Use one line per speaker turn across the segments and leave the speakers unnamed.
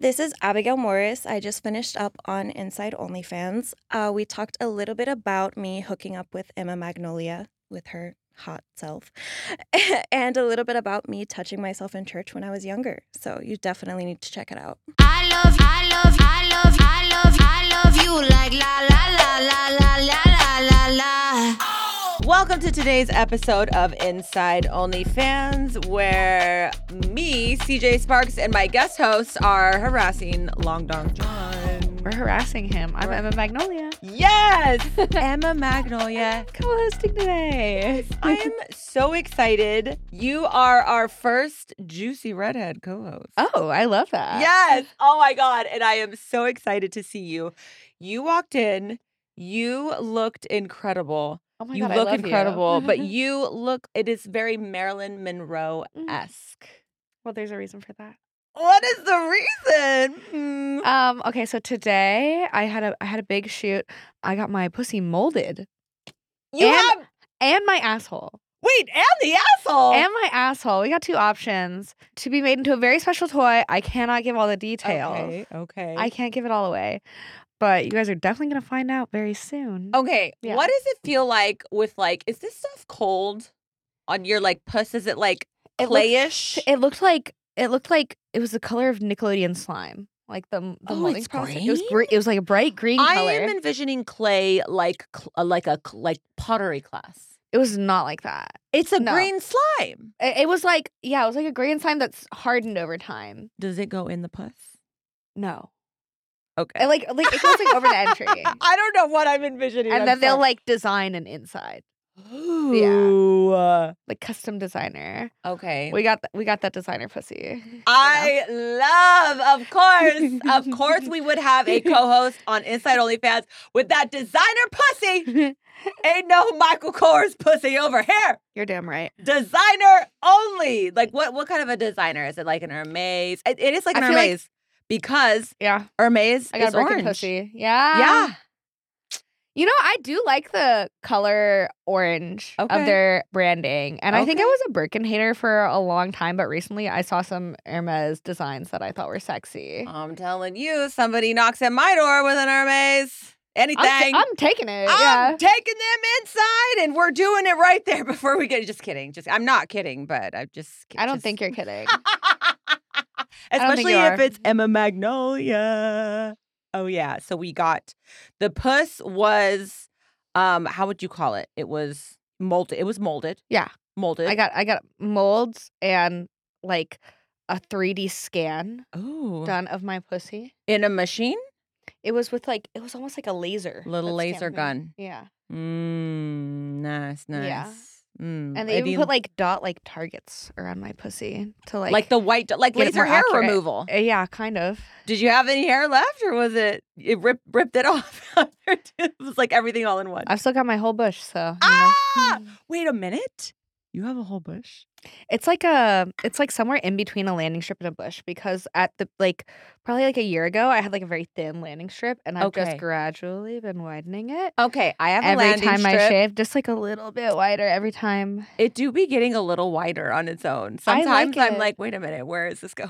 This is Abigail Morris. I just finished up on Inside OnlyFans. Uh, we talked a little bit about me hooking up with Emma Magnolia with her hot self, and a little bit about me touching myself in church when I was younger. So you definitely need to check it out.
I love, I love, I love, I love, I love you like la la la la la la la la la.
Welcome to today's episode of Inside OnlyFans, where me, CJ Sparks, and my guest hosts are harassing Long Dong John.
We're harassing him. I'm
We're-
Emma Magnolia,
Yes! Emma Magnolia.
co-hosting today.
I'm so excited. You are our first juicy redhead co host.
oh, I love that.
Yes. Oh my God. And I am so excited to see you. You walked in, you looked incredible.
Oh my
you
god, I
look
love
incredible,
you.
but you look, it is very Marilyn Monroe esque.
Mm. well, there's a reason for that.
What is the reason? Mm.
Um. Okay. So today I had a I had a big shoot. I got my pussy molded
You
and-
have
and my asshole
wait, and the
Oh.
asshole.
and my asshole. We got two options to be made into a very special toy. I cannot give all the details.
Okay. Okay.
I can't give it all away, but you guys are definitely gonna find out very soon.
okay.
Yeah.
What does it feel like with like? Is this stuff cold on your like puss? Is it like
It looks-
clayish?
It looked like it looked like it was the color of Nickelodeon slime. Like the the
Oh,
molding
it's
process. It was
green?
gre- it was like a bright green
I
color.
am envisioning clay like cl- uh, like a cl- like pottery class.
it was not like that.
It's a
No.
green slime.
It, it was like yeah, it was like a green slime that's hardened over time.
Does it go in the puss?
No,
Okay.
it, like like it goes like over the entry,
I don't know what I'm envisioning.
and
I'm
then they'll
sorry.
like design an inside,
Ooh.
like custom designer.
Okay.
We got th- we got that designer pussy. you know?
I love, of course, of course, we would have a co-host on Inside OnlyFans with that designer pussy. Ain't no Michael Kors pussy over here.
You're damn right.
Designer only. Like what? What kind of a designer is it? Like an Hermes? It, it is like
I
an
feel like-
Hermes because
Yeah,
Hermes
I got a
is
broken
orange.
pussy. Yeah,
Yeah.
You know, I do like the color orange
Okay.
of their branding. And I think I
Okay.
was a Birkin hater for a long time, but recently I saw some Hermes designs that I thought were sexy.
I'm telling you, somebody knocks at my door with an Hermes. Anything.
I'm, t- I'm taking it.
I'm
yeah.
taking them inside, and we're doing it right there before we get. Just kidding. Just I'm not kidding, but I'm just.
I don't
just-
think you're kidding. don't think
Especially
you
if
are.
it's Emma Magnolia. Oh yeah. So we got the puss was, um, how would you call it? It was molded. It was molded.
Yeah.
molded.
I got I got molds and like a 3D scan
Ooh,
done of my pussy.
in a machine,
It was with like it was almost like a laser.
little
that
laser
scanned me.
gun.
Yeah.
Mm, nice, nice.
Yeah.
Mm,
And they
it'd
even
be
put like dot like targets around my pussy to like
like, the white, like
get it
laser
more
hair
accurate.
removal.
Uh, yeah, kind of.
Did you have any hair left, or was it it ripped ripped it off? it was like everything all in one.
I've still got my whole bush, so you know.
ah, wait a minute. You have a whole bush.
It's like a it's like somewhere in between a landing strip and a bush because at the like probably like a year ago I had like a very thin landing strip and I've
Okay.
just gradually been widening it.
Okay, I have a
every
landing
time I
strip.
shave, just like a little bit wider every time.
it do be getting a little wider on its own.
I like
Sometimes I'm
it.
like, wait a minute, where is this going?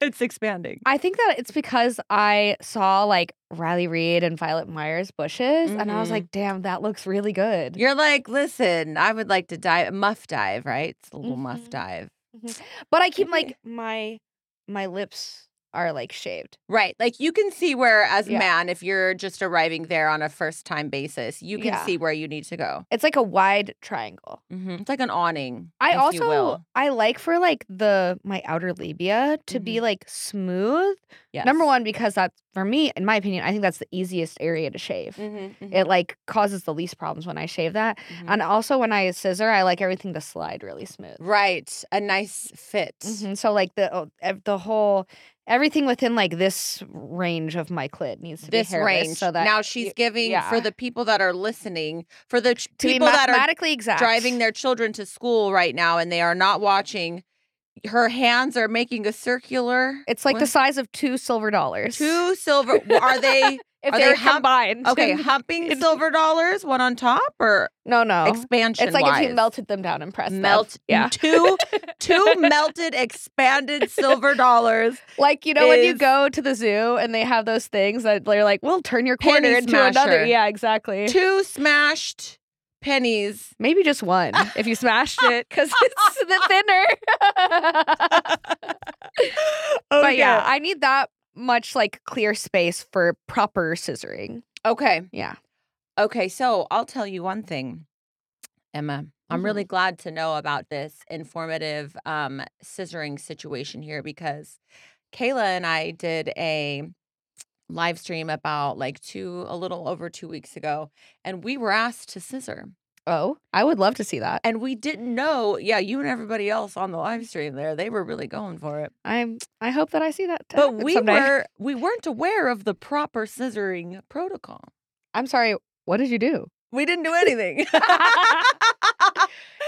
it's expanding.
I think that it's because I saw like Riley Reed and Violet Myers bushes and I was
Mhm.
like, damn, that looks really good.
You're like, listen, I would like to dive, muff dive, right? It's a little muff
Mhm.
dive,
Mhm. But I keep
Okay.
like my my lips are like shaved.
right? Like you can see where, as a
Yeah.
man, if you're just arriving there on a first time basis, you can
Yeah.
see where you need to go.
It's like a wide triangle.
hmm It's like an awning.
I
if you will.
also I like for like the my outer labia to be like smooth.
Mm-hmm. Yes.
Number one because that's for me in my opinion I think that's the easiest area to shave.
Mm-hmm,
It like causes the least problems when I shave that. And also when I scissor I like everything to slide really smooth.
right, a nice fit.
Mhm, So like the oh, ev- the whole everything within like this range of my clit needs to
This
be hairless
range.
so that
now
you-
she's giving for
yeah.
the people that are listening, for the ch-
to be
people that are
mathematically exact
driving their children to school right now and they are not watching. her hands are making a circular.
It's like the
What?
size of two silver dollars.
two silver. Are they
if
are
they
they
were
hump-
combined.
okay? Humping
It's-
silver dollars, one on top, or
no, no.
expansion?
It's like if
wise?
you melted them down and pressed
melt
them. Yeah.
two two melted expanded silver dollars
Like you know when you
mm, is-
go to the zoo and they have those things that they're like, we'll turn your quarter
Penny
into another.
smasher.
Yeah, exactly.
two smashed pennies
Maybe just one if you smashed it because it's the thinner.
Oh,
But Oh, yeah, I need that much like clear space for proper scissoring.
okay
Yeah.
okay so i'll tell you one thing emma i'm really glad to know about this informative um scissoring situation here because kayla and i did a live stream about like two a little over two weeks ago and we were asked to scissor
Oh, I would love to see that.
and we didn't know. Yeah, you and everybody else on the live stream there, they were really going for it.
I'm. I hope that I see that.
But
happen
we
someday.
were we weren't aware of the proper scissoring protocol.
I'm sorry. What did you do?
We didn't do anything.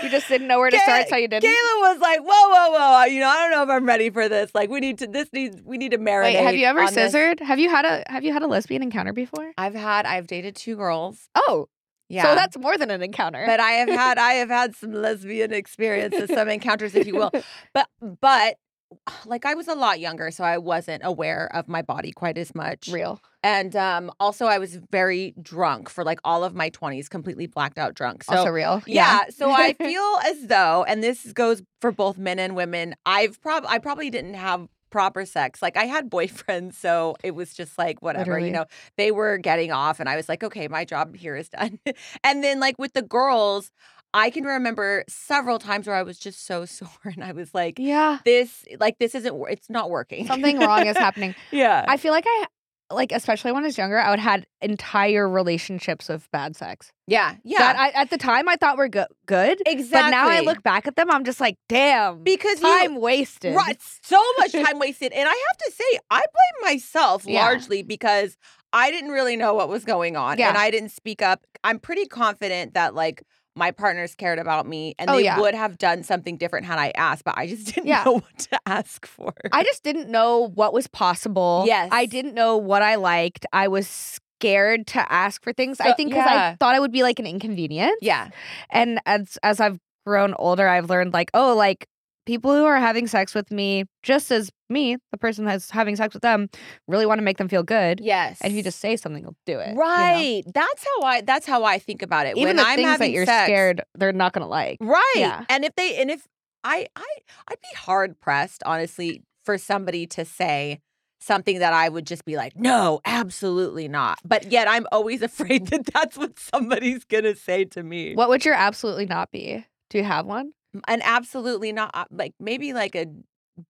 You just didn't know where to start, so you didn't.
Kayla was like, "Whoa, whoa, whoa! You know, I don't know if I'm ready for this. Like, we need to. This needs. We need to marinate."
Wait, have you ever
on this."
scissored? Have you had a Have you had a lesbian encounter before?
I've had. I've dated two girls.
Oh,
Yeah.
so that's more than an encounter.
but I have had I have had some lesbian experiences, some encounters, if you will. But but like I was a lot younger, so I wasn't aware of my body quite as much.
real.
And um, also, I was very drunk for like all of my 20s, completely blacked out drunk. So,
also real.
yeah. So I feel as though, and this goes for both men and women, I've prob I probably didn't have proper sex. Like I had boyfriends, so it was just like whatever,
Literally.
you know, they were getting off and I was like, okay, my job here is done. and then like with the girls, I can remember several times where I was just so sore and I was like,
yeah.
this like this isn't wor- it's not working.
Something wrong is happening.
yeah.
I feel like I like, especially when I was younger, I would had entire relationships of bad sex.
yeah. Yeah.
That I, at the time I thought were go- good, but
exactly.
now I look back at them, I'm just like, damn,
because you,
time wasted.
Right, so much time wasted. And I have to say, I blame myself
Yeah.
largely because I didn't really know what was going on
Yeah.
and I didn't speak up. I'm pretty confident that like my partners cared about me and
Oh,
they
yeah.
would have done something different had I asked, but I just didn't
Yeah.
know what to ask for.
I just didn't know what was possible.
Yes.
I didn't know what I liked. I was scared to ask for things. I
So-
think because
yeah.
I thought I would be like an inconvenience.
yeah.
And as as I've grown older, I've learned like, oh, like people who are having sex with me, just as me, the person that's having sex with them, really want to make them feel good.
Yes.
And if you just say something, they'll do it. you know?
Right. That's how I that's how I think about it.
Even
when
the
I'm
things
having
that you're
sex,
scared, they're not gonna like.
Right.
Yeah.
And if they and if I I I'd be hard pressed, honestly, for somebody to say something that I would just be like, no, absolutely not. But yet I'm always afraid that that's what somebody's gonna say to me.
What would your absolutely not be? Do you have one?
And absolutely not. uh, Like maybe like a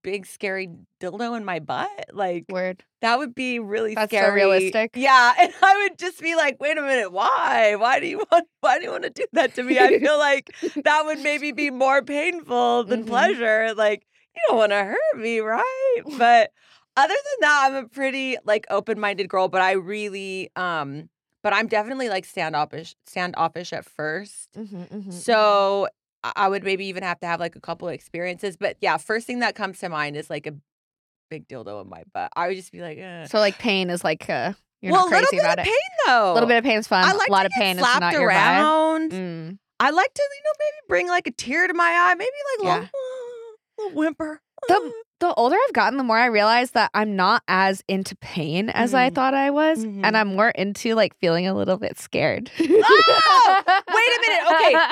big scary dildo in my butt. Like
Word.
that would be really
That's so
scary.
realistic.
Yeah, and I would just be like, "Wait a minute, why? Why do you want? Why do you want to do that to me?" I feel like that would maybe be more painful than
Mhm.
pleasure. Like you don't want to hurt me, right? But other than that, I'm a pretty like open-minded girl. But I really, um, but I'm definitely like standoffish, standoffish at first. mm-hmm.
Mm-hmm.
So I I would maybe even have to have like a couple of experiences. But yeah, first thing that comes to mind is like a big dildo in my butt. I would just be like, eh.
So like pain is like uh, you're
well,
not
a little
crazy
bit
about
of
it.
pain though.
A little bit of pain is fun.
I like
a lot
to
of
get
pain is
slapped
not your vibe.
around.
Mm.
I like to, you know, maybe bring like a tear to my eye, maybe like a
Yeah.
little, little whimper.
The- The older I've gotten, the more I realize that I'm not as into pain as I
Mhm.
thought I was,
Mhm.
and I'm more into like feeling a little bit scared. oh, wait
minute. Okay.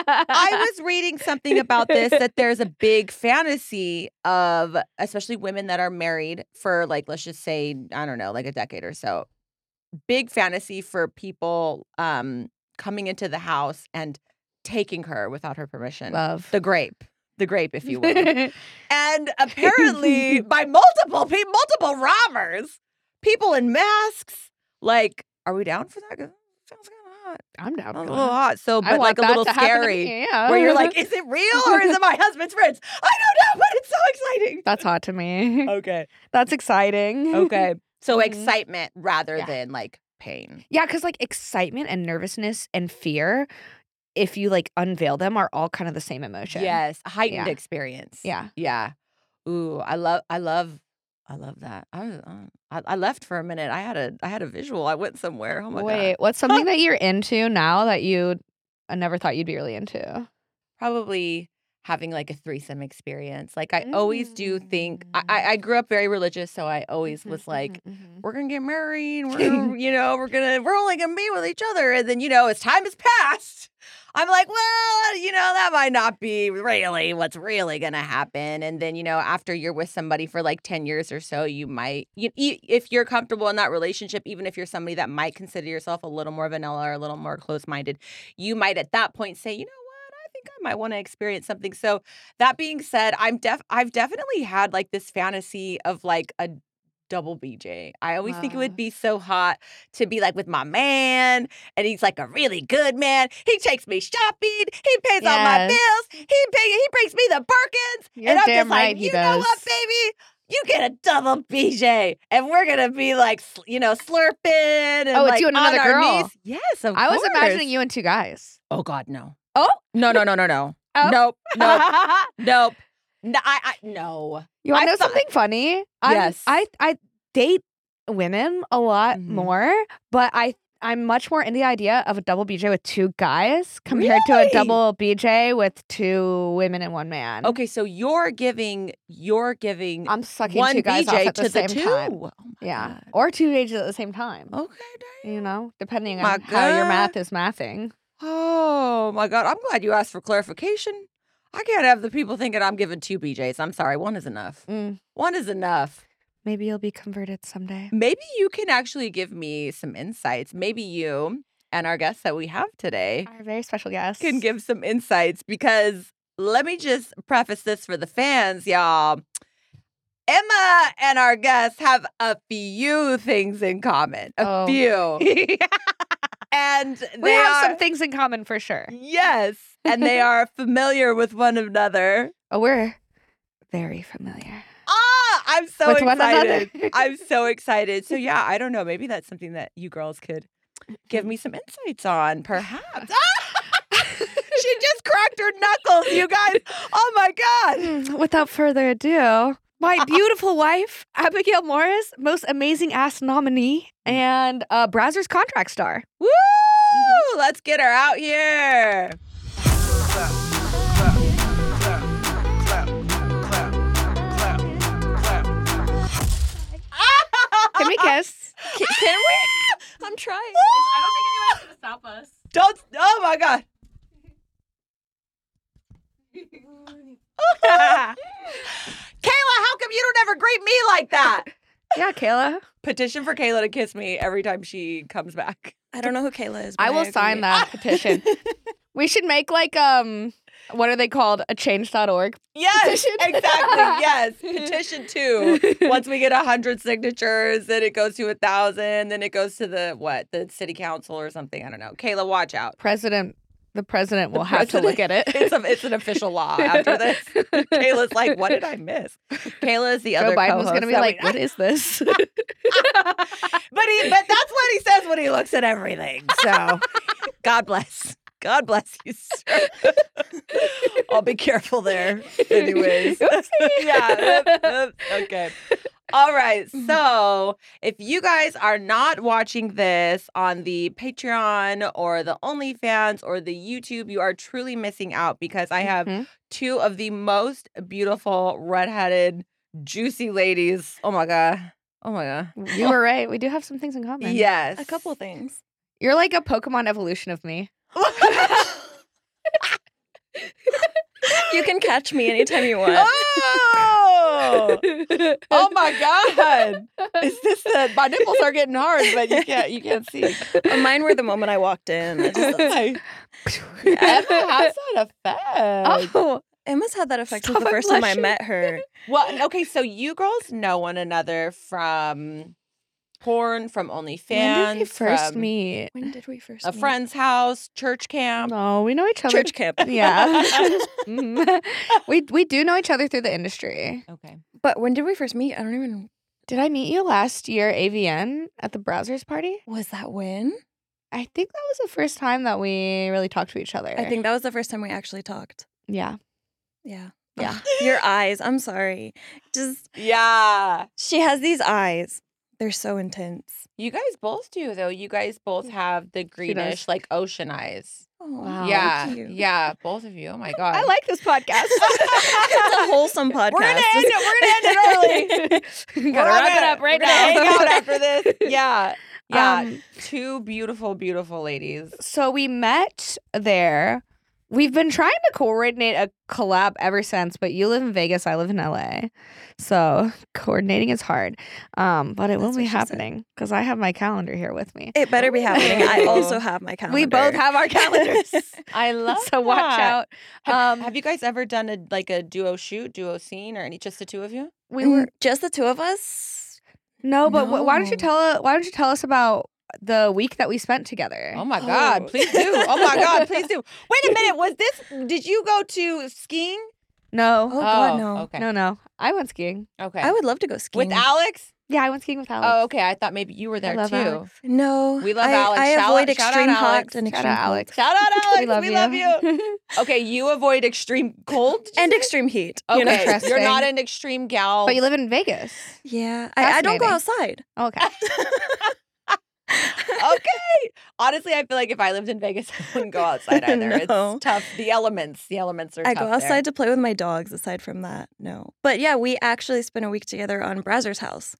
I was reading something about this that there's a big fantasy of especially women that are married for like let's just say I don't know like a decade or so. Big fantasy for people um coming into the house and taking her without her permission.
love
the grape, the grape if you will. and apparently by multiple people, multiple robbers, people in masks like are we down for that? 'Cause it Sounds kind of hot.
I'm down.
Sounds
for
a little
that.
hot. So,
Uh-huh. I
but
want
like a
that
little
to happen to
scary
me, Yeah.
where you're like, is it real or is it my husband's friends? I don't know, but it's so exciting.
that's hot to me.
Okay.
That's exciting.
Okay. So
Mhm.
excitement rather
Yeah.
than like pain.
Yeah, because like excitement and nervousness and fear, if you like unveil them, are all kind of the same emotion.
Yes.
Yeah.
Heightened experience.
Yeah.
Yeah. Ooh, I love, I love, I love that. I, was- uh, I, I left for a minute. I had a, I had a visual. I went somewhere. Oh my
Wait,
god.
what's something that you're into now that you I never thought you'd be really into?
Probably having like a threesome experience. Like I always do think. I, I,
Mm.
I grew up very religious, so I always
Mm-hmm,
was like, we're gonna get married. We're gonna, you know, we're gonna, we're only gonna be with each other. And then, you know, as time has passed, I'm like, well, you know, that might not be really what's really gonna happen. And then, you know, after you're with somebody for like 10 years or so, you might, you, you, if you're comfortable in that relationship, even if you're somebody that might consider yourself a little more vanilla or a little more close minded, you might at that point say, you know, what, I think I might want to experience something. So that being said, I'm def I've definitely had like this fantasy of like a double BJ. I always think it
Wow.
would be so hot to be like with my man, and he's like a really good man. He takes me shopping, he pays all my
Yes.
bills, he pay- he brings me the Birkins,
You're
and I'm
damn
just like,
right he
you know what,
does."
baby. You get a double BJ, and we're gonna be like, sl- you know, slurping. And
Oh, it's
like
you and another
on our
girl.
knees. Yes, of
I was
course.
imagining you and two guys.
Oh God, no.
Oh.
no, no, no, no, no.
Oh.
Nope, nope, nope. No, I, I, no.
You want to
I
know
thought-
something funny?
Yes.
I I date women a lot
Mhm.
more, but I I'm much more into the idea of a double BJ with two guys compared to
Really?
a double BJ with two women and one man.
Okay, so you're giving, you're giving
Mm. I'm sucking
one
two guys
BJ
off at
to
the
the,
same
two.
time.
Oh my
Yeah, or two BJs at the same time.
God. Okay, dang.
You know, depending
My
on how your
God.
math is mathing.
Oh my God, I'm glad you asked for clarification. I can't have the people thinking I'm giving two BJs. I'm sorry, one is enough.
Mm,
One is enough.
maybe you'll be converted someday.
Maybe you can actually give me some insights. Maybe you and our guests that we have today
Our very special guest
can give some insights because let me just preface this for the fans, y'all. Emma and our guests have a few things in common. A
Oh.
few. and they
We have
are,
some things in common for sure.
Yes. And they are familiar with one another.
Oh, we're very familiar.
Ah, I'm so
With one another.
excited. I'm so excited. So yeah, I don't know. Maybe that's something that you girls could give me some insights on, perhaps. Ah! she just cracked her knuckles, you guys. Oh my god.
Mm, Without further ado, my beautiful wife, Abigail Morris, most amazing ass nominee,
Mm.
and uh, Brazzers contract star.
Woo! Let's get her out here.
Can we kiss?
Can, Uh, can we? I'm trying. I don't think anyone's
to stop us.
Don't. Oh my god. Kayla, how come you don't ever greet me like that?
yeah, Kayla.
Petition for Kayla to kiss me every time she comes back.
I don't know who Kayla is. But
I will sign
agree.
that petition. we should make like um what are they called? A change.org.
Yes,
Petition.
exactly. Yes, petition two. Once we get a hundred signatures, then it goes to a thousand. Then it goes to the what? The city council or something. I don't know. Kayla, watch out.
President the president will
The
have to look at
president-
it.
It's a, it's an official law uh, after this. Kayla's like, what did I miss? Kayla is the
Joe
other
Biden was gonna
co-host
be
that we-
like, what is this?
but he, but that's what he says when he looks at everything. So, God bless. God bless you, sir. I'll be careful there. Anyways, yeah. oop, oop, Okay. All right.
Mm-hmm.
So, if you guys are not watching this on the Patreon or the OnlyFans or the YouTube, you are truly missing out because I
Mm-hmm.
have
Mhm.
two of the most beautiful redheaded, juicy ladies. Oh my god. Oh my god.
You were right. We do have some things in common.
Yes.
A couple things.
You're like a Pokemon evolution of me.
You can catch me anytime you want.
oh! oh my god! Is this the my nipples are getting hard, but you can't you can't see. Um,
Mine were the moment I walked in. I just-
Emma has that effect.
oh,
Emma's had that effect
Stop,
since the
I'm
first time I
blushing.
met her.
Well, okay, so you girls know one another from porn, from OnlyFans,
when did we first
from
meet?
When did we first
a
meet?
friend's house, church camp.
No, we know each other.
Church camp.
Yeah. Mhm. we we do know each other through the industry.
Okay.
But when did we first meet? I don't even.
Did I meet you last year AVN at the browsers party?
Was that when?
I think that was the first time that we really talked to each other.
I think that was the first time we actually talked.
Yeah.
Yeah. Yeah. Your eyes. I'm sorry. Just
Yeah.
she has these eyes. They're so intense.
You guys both do though. You guys both have the greenish, like ocean eyes.
Oh,
Wow.
thank
yeah.
you.
Yeah. Both of you. Oh my god.
I like this podcast.
it's a wholesome podcast.
We're gonna end it. We're gonna end it early.
Gotta wrap it up right
We're gonna
now.
Hang out after this. Yeah. Yeah.
Um,
Two beautiful, beautiful ladies.
so we met there. We've been trying to coordinate a collab ever since, but you live in Vegas, I live in LA. So coordinating is hard. Um, but it
That's
will be
what she said.
happening because I have my calendar here with me.
It better be happening. I
Oh.
also have my calendar.
We both have our calendars.
I love
so watch out.
Have,
Um,
have you guys ever done a like a duo shoot, duo scene, or any just the two of you?
We
Mm,
were
just the two of us.
No, but wh- why don't you
No.
tell uh, why don't you tell us about the week that we spent together?
Oh my god, please do. Oh my god, please do. Wait a minute, was this did you go to skiing?
No.
Oh, God, no.
Okay.
No, no. I went skiing.
Okay.
I would love to go skiing.
With Alex?
Yeah, I went skiing with Alex.
Oh, okay. I thought maybe you were there
love
too.
Alex.
no,
We love
I,
Alex.
I
Shout
avoid
out- shout out
extreme hot
Alex.
and
Shout
extreme
out
cold.
Alex.
Shout out Alex.
We love you.
okay, you avoid extreme cold. did you
and
say?
extreme heat. you know?
Okay, you're not
Interesting.
an extreme gal.
But you live in Vegas.
Yeah, I, I don't go
Fascinating.
outside.
Okay.
okay. Honestly, I feel like if I lived in Vegas, I wouldn't go outside either.
No.
It's tough. The elements. The elements are.
I
tough
go
there.
outside to play with my dogs. Aside from that, no. But yeah, we actually spent a week together on Brazzer's house.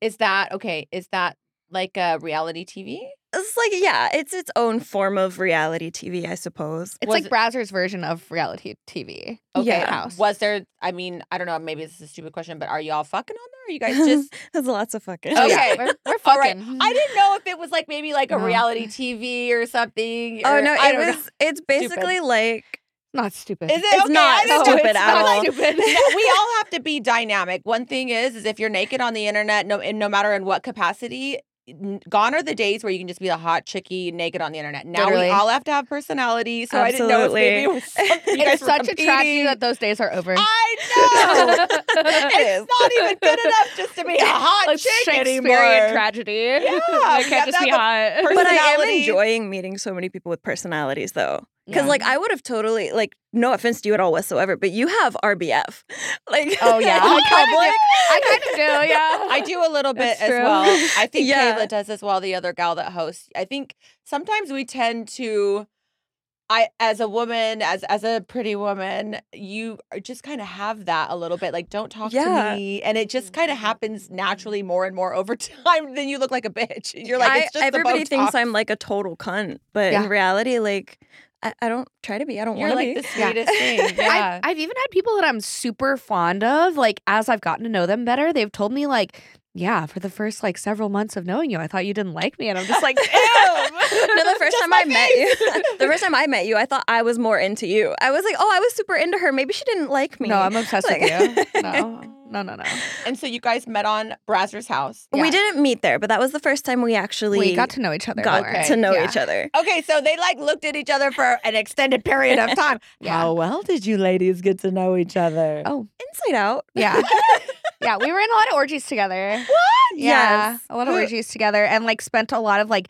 Is that okay? Is that like a reality TV?
It's like yeah, it's its own form of reality TV, I suppose.
It's
Was
like
it-
Brazzers version of reality TV.
Okay.
Yeah.
House.
Was there? I mean, I don't know. Maybe this is a stupid question, but are y'all fucking on there? Are you guys just?
There's lots of fucking.
Oh,
Okay.
yeah. We're, we're
All right.
fucking.
I didn't know if it was like maybe like a
No.
reality TV or something.
Oh
or-
no,
I
it
don't know.
was. It's basically like
Not stupid.
Is it
It's
okay?
not
I didn't know.
stupid
It's
at
not
all.
stupid.
No, we all have to be dynamic. One thing is, is if you're naked on the internet, no, and no matter in what capacity, n- gone are the days where you can just be the hot chickie naked on the internet. Now
Literally.
we all have to have personality. So I didn't know if maybe it was
Absolutely.
something you guys
It's
were
such a tragedy
competing.
that those days are over.
I know.
It is.
it's not even good enough just to be a hot
Like
chick
Shakespearean
anymore.
tragedy.
Yeah,
I
we
can't
have
just
to
be
have
hot.
But I am
personality.
enjoying meeting so many people with personalities, though. Because,
Yeah.
like, I would have totally, like, no offense to you at all whatsoever, but you have RBF. Like,
Oh, yeah.
in
I kind of
public.
I kind of do, yeah.
I do a little bit
That's
as
true.
well. I think
Yeah.
Kayla does as well, the other gal that hosts. I think sometimes we tend to I as a woman, as as a pretty woman, you are- just kind of have that a little bit. Like, don't talk
Yeah. Mm-hmm.
to me. And it just kind of happens naturally more and more over time. Then you look like a bitch. You're like,
I,
it's just the
everybody thinks
Botox."
I'm, like, a total cunt. But
Yeah.
in reality, like, I, I don't try to be. I don't want
You're
to
like
be.
the
Yeah.
sweetest thing. Yeah.
I've, I've even had people that I'm super fond of. Like, as I've gotten to know them better, they've told me, like, yeah, for the first like several months of knowing you, I thought you didn't like me. And I'm just like,
Ew.
no, the first
Just
time
my
I met
face.
you, the first time I met you, I thought I was more into you. I was like, oh, I was super into her. Maybe she didn't like me.
no, I'm obsessed with
Like-
you. No, no, no, no.
and so you guys met on Brazzer's house.
Yeah.
We didn't meet there, but that was the first time we actually
We got to know each other.
got
more.
Okay.
to know
Yeah.
each other.
Okay, so they like looked at each other for an extended period of time.
Yeah.
How well did you ladies get to know each other?
Oh.
Inside out.
Yeah. yeah. We were in a lot of orgies together. What? Yeah.
Yes.
A lot of
Who-
orgies together and like spent a lot of like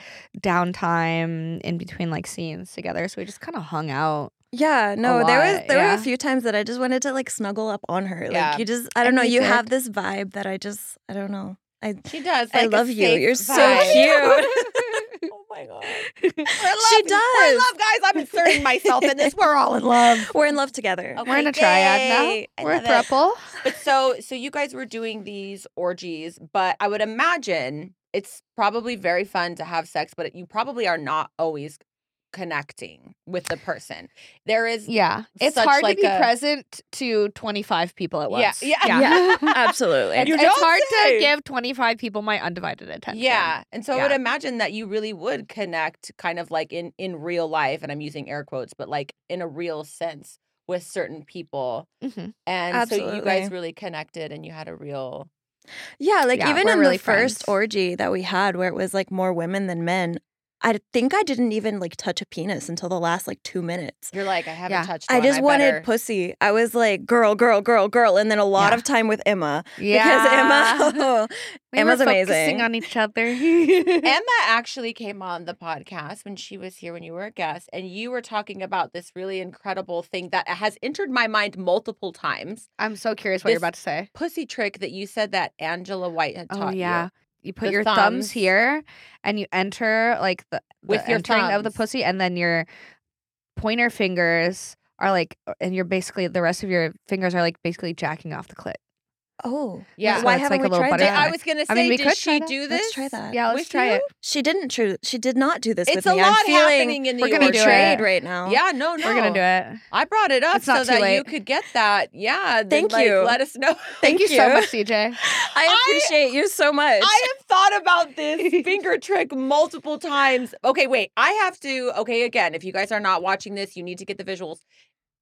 downtime in between like scenes together. So we just kind of hung out.
Yeah, no, there was
lot,
there were
yeah.
a few times that I just wanted to like snuggle up on her.
Yeah.
Like you just I don't
And
know,
you
you
did.
have this vibe that I just I don't know. I
She does.
I
like, a
love you.
safe
You're so
vibe.
cute.
oh my god.
She
We're in
does.
love, guys. I'm inserting myself in this. We're all in love.
We're in love together.
We're in a triad now. We're a throuple.
But so so you guys were doing these orgies, but I would imagine it's probably very fun to have sex, but you probably are not always connecting with the person. There is
Yeah. It's
Such
hard
like
to be
a-
present to 25 people at
Yeah,
once.
yeah,
Absolutely.
it's,
You
it's
don't
hard
say.
to give 25 people my undivided attention.
Yeah, and so I would
Yeah.
imagine that you really would connect, kind of like in in real life, and I'm using air quotes, but like in a real sense with certain people,
Mhm.
and so you guys
Absolutely.
really connected, and you had a real.
Yeah, like
Yeah,
even
we're
in
really
the
friends.
first orgy that we had where it was like more women than men, I think I didn't even like touch a penis until the last like two minutes.
You're like, I haven't
Yeah.
touched.
I
one,
just wanted
better-
pussy. I was like, girl, girl, girl, girl, and then a lot
Yeah.
of time with Emma
Yeah.
because Emma,
we
Emma's
were
amazing.
focusing on each other.
Emma actually came on the podcast when she was here when you were a guest, and you were talking about this really incredible thing that has entered my mind multiple times.
I'm so curious what you're
This-
about to say.
Pussy trick that you said that Angela White had
Oh
taught
yeah.
you.
You put
The
your thumbs.
thumbs.
here and you enter like the, the
With your
entering of the
thumbs.
pussy and then your pointer fingers are like uh, and you're basically the rest of your fingers are like basically jacking off the clit.
oh,
Yeah.
So
why
it's
haven't
like a
we
little
tried that?
Did-
butterfly.
I was gonna say,
I mean, we
did
could try
she
that.
do this?
Let's try that.
Yeah, let's
with
try
you?
it.
She didn't. True. She did not do this
It's
with
a
me.
lot
I'm feeling
happening in the
We're gonna do it.
betrayed right now.
Yeah, no, no.
We're gonna do it.
I brought it up
It's not
so
too
that you
late.
could get that. Yeah. then,
Thank
like,
you.
Let us know.
Thank, you, so much, CJ.
I appreciate you so much.
I have thought about this finger trick multiple times. Okay, wait. I have to. Okay, again, if you guys are not watching this, you need to get the visuals.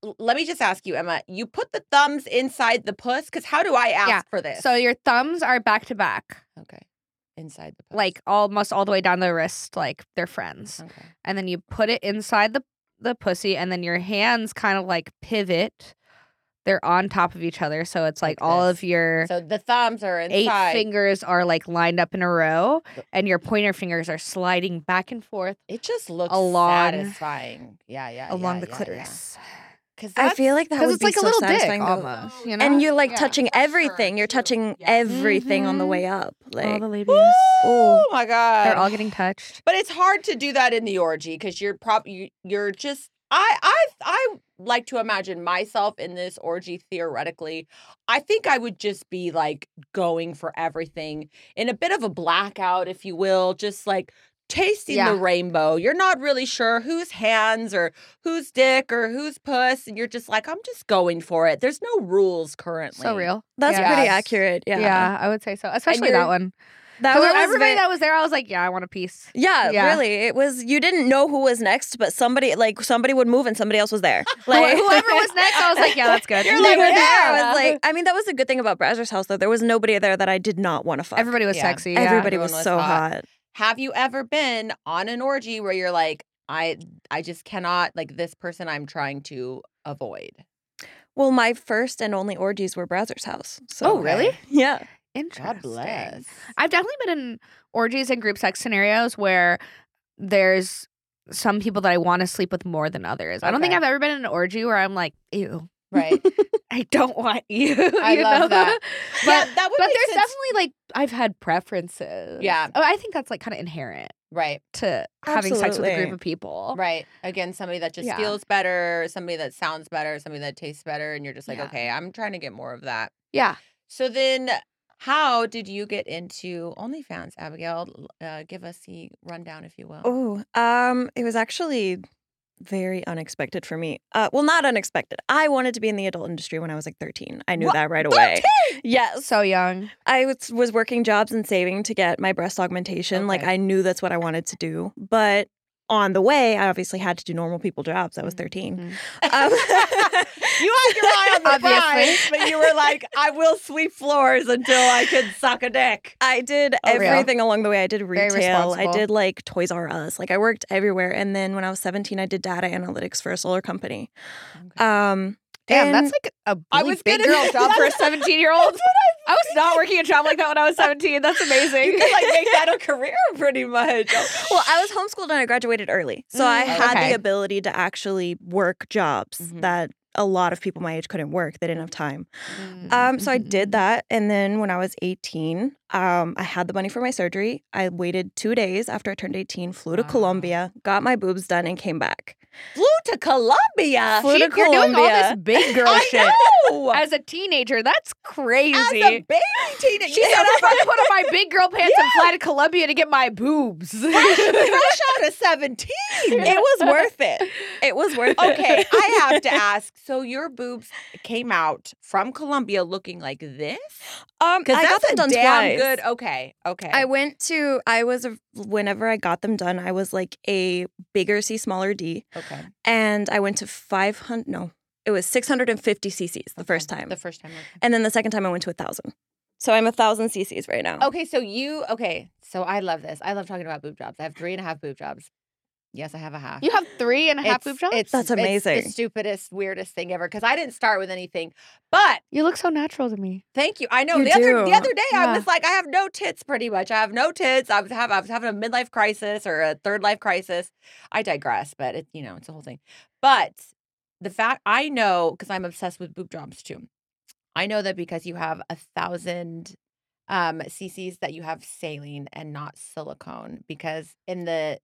L- let me just ask you, Emma. You put the thumbs inside the puss because how do I ask
Yeah,
for this?
So your thumbs are back to back,
okay, inside the puss.
like almost all the way down the wrist, like they're friends.
okay.
and then you put it inside the the pussy and then your hands kind of like pivot they're on top of each other so it's like,
Like
all
this.
of your
So the thumbs are
eight
inside.
fingers are like lined up in a row
Th-
and your pointer fingers are sliding back and forth
it just looks
along-
satisfying. Yeah, yeah.
along
yeah,
the
yeah, yeah.
clitoris
Cause
I feel like that
because
would
it's
be
like
so
a little dick
satisfying. though.
almost you know
And you're like
Yeah.
touching
Pressure,
everything. You're
too.
touching
Yeah.
everything on the
Mhm.
way up. Like
all the
Woo!
ladies
Oh my god.
they're all getting touched
But it's hard to do that in the orgy because you're prob you, you're just I I I like to imagine myself in this orgy theoretically. I think I would just be like going for everything in a bit of a blackout, if you will, just like tasting
Yeah.
the rainbow. You're not really sure whose hands or whose dick or whose puss, and you're just like, I'm just going for it. There's no rules currently.
so real
that's
yeah.
pretty
Yes.
accurate. Yeah.
i would say so especially
you're-
that one
That
'Cause
was
everybody
ve-
that was there i was like yeah i want a piece
yeah,
Yeah.
really. It was you didn't know who was next, but somebody like somebody would move and somebody else was there. Like
Whoever was next, I was like, yeah, that's good.
They
You're
were
like,
there. I
yeah.
was like, I mean, that was a good thing about Brazzers House though. There was nobody there that I did not want to fuck.
everybody was
Yeah.
sexy yeah.
Everybody
Everyone
was,
was
so
hot.
hot.
have you ever been on an orgy where you're like i i just cannot like this person i'm trying to avoid
Well, my first and only orgies were Brazzers House. So
Oh, really?
Yeah.
Interesting.
god bless
I've definitely been in orgies and group sex scenarios where there's some people that I want to sleep with more than others. I don't think
Okay.
I've ever been in an orgy where I'm like, ew,
right
I don't want you.
I
you
love
know?
that.
But,
yeah, that would
but
make
there's
sense.
definitely like, I've had preferences.
Yeah.
Oh, I think that's like kind of inherent
right
to having sex with a
Absolutely.
group of people.
right again somebody that just
Yeah.
feels better somebody that sounds better somebody that tastes better and you're just like
Yeah.
okay i'm trying to get more of that
Yeah.
so then how did you get into OnlyFans, Abigail? Uh, give us the rundown, if you will.
Oh, um, it was actually very unexpected for me. Uh, well, not unexpected. I wanted to be in the adult industry when I was like 13. I knew
What?
that right away.
13?
Yes.
So young.
I was, was working jobs and saving to get my breast augmentation. Like,
Okay.
I knew that's what I wanted to do. But on the way, I obviously had to do normal people jobs. I was Um,
Mhm.
13.
Mhm.
Um,
Mm-hmm. you had your eye on the prize,
Obviously.
but you were like, I will sweep floors until I can suck a dick.
I did
Oh, really?
everything along the way. I did retail. I
responsible.
did like Toys R Us. Like I worked everywhere. And then when I was 17, I did data analytics for a solar company.
Uh,
Um,
Damn,
and-
that's like a really
I was
big
gonna-
girl job for a 17 year old. I was not working a job like that when I was 17. That's amazing.
You could like make that a career pretty much.
Well, I was homeschooled and I graduated early. So I
Mm,
had
okay.
the ability to actually work jobs
Mhm.
that a lot of people my age couldn't work. They didn't have time. Um, so I did that. And then when I was 18, um, I had the money for my surgery. I waited two days after I turned 18, flew to
Wow.
Colombia, got my boobs done, and came back.
Flew to Colombia.
Flew
She-
to
you're doing all this
Colombia.
big girl
I
shit
know. As,
as a teenager. That's
a
crazy.
baby teenager.
she said, "I'm gonna put on my big girl pants and fly to Colombia to get my boobs."
fresh out of 17.
It was worth it. It was worth it.
Okay, I have to ask. So your boobs came out from Colombia looking like this?
Um,
Because
I
that's
got them
a
done
damn
twice.
good. Okay, okay.
I went to I was a- whenever I got them done, I was like a bigger C, smaller D,
okay.
and I went to five hundred. No, it was six hundred and fifty CCs the first
Okay,
time,
The first time. okay.
and then the second time I went to a thousand. So I'm a thousand cc's right
Oh.
now.
Okay, so you okay? So I love this. I love talking about boob jobs. I have three and a half boob jobs. Yes, I have a half.
You have three and a half boob jobs?
It's,
That's
it's
amazing.
the stupidest, weirdest thing ever. Because I didn't start with anything, but
You look so natural to me.
Thank you. I know
You
the other the
do.
other day
Yeah.
I was like, I have no tits, pretty much. I have no tits. I was have I was having a midlife crisis or a third life crisis. I digress, but it, you know it's a whole thing. But the fact I know because I'm obsessed with boob jobs too. I know that because you have a thousand um cc's that you have saline and not silicone because in the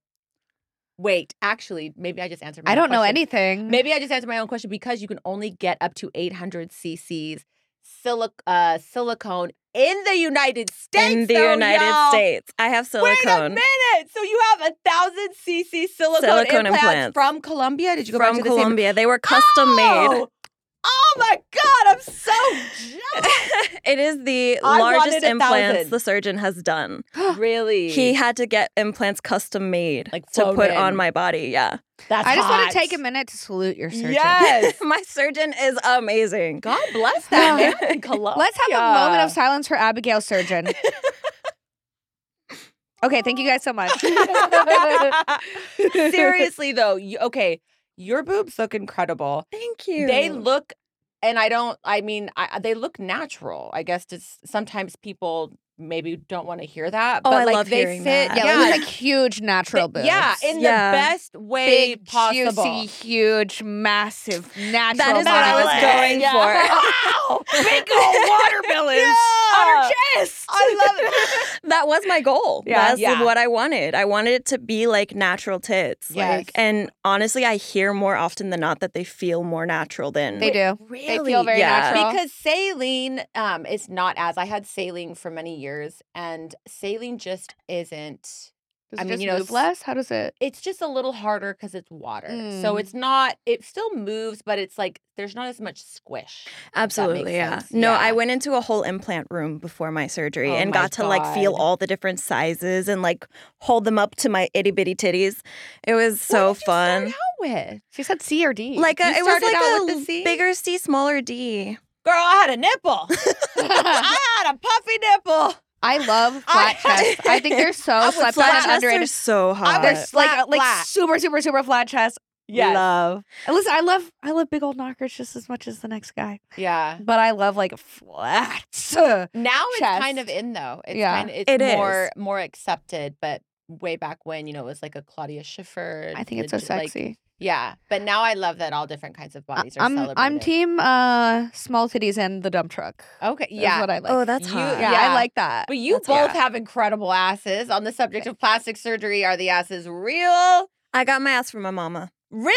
wait actually maybe I just answered. My
I
own
don't know
question.
anything.
Maybe I just answered my own question because you can only get up to 800 cc's silic- uh, silicone in the United States.
In the
though,
United
y'all.
States, I have
Wait a
silicone
minute! So you have a thousand cc silicone,
Silicone
implants,
implants.
from Colombia. Did you go back
from
to the same?
Colombia. They were custom made.
Oh! Oh my god! I'm so jealous.
it is the
I
largest
wanted a
implants
thousand.
the surgeon has done.
really?
He had to get implants custom made
Like
to
flown
put
in.
on my body. Yeah,
That's
I just want
hot.
to take a minute to salute your surgeon.
Yes.
my surgeon is amazing.
God bless that man in Colombia.
Let's have a moment of silence for Abigail Surgeon. okay, thank you guys so much.
Seriously though, you, okay, your boobs look incredible.
Thank you.
They look, and I don't. I mean, I, they look natural. I guess it's sometimes people maybe don't want to hear that.
Oh,
but
I
like
love
they
hearing
fit.
that.
Yeah,
Yeah,
it was like huge natural
th-
boobs.
yeah, in
Yeah.
the best way
big,
possible.
juicy, huge, massive, natural.
That is what I was going
body.
for.
Wow, big old watermelons on her chest. I love it.
that was my goal.
Yeah.
That's
Yeah.
what I wanted. I wanted it to be like natural tits.
Yes.
Like and honestly, I hear more often than not that they feel more natural than
They do.
Really?
They feel very
Yeah.
natural.
Because saline um, is not as I had saline for many years, and saline just isn't.
Does
I
it
mean,
just
you know,
move
s-
less? How does it?
It's just a little harder because it's water, so
Mm.
it's not. It still moves, but it's like there's not as much squish.
Absolutely, yeah.
sense.
No,
Yeah.
I went into a whole implant room before my surgery
Oh
and
my
got to like feel
God.
all the different sizes and like hold them up to my itty bitty titties. It was so
What did you start
fun.
out with?
She said C or D.
Like a,
You
it was
started out
like
with
a
the C?
bigger C, smaller D.
Girl, I had a nipple. I had a puffy nipple.
I love flat
I-
chests. I think they're Oh, so
But
slept
flat
on
chests are
underrated.
so hot.
They're s- like
Flat,
like
flat.
super super super flat chests.
Yes.
Love. And listen, I love I love big old knockers just as much as the next guy,
Yeah.
but I love like flats. Ugh.
Now it's kind of
Chest.
in though. It's
Yeah.
kind of, it's
It is.
more more accepted, but way back when, you know, it was like a Claudia Schiffer.
I think it's so
the- like,
sexy.
yeah. But now I love that all different kinds of bodies are
I- I'm
celebrated.
I'm team uh small titties and the dump truck.
Okay.
That's
Yeah.
what I like.
oh, that's
You-
hot.
yeah,
yeah.
I like that.
But you
That's
both
hot.
have incredible asses. On the subject of plastic surgery, are the asses real?
I got my ass from my mama.
Really?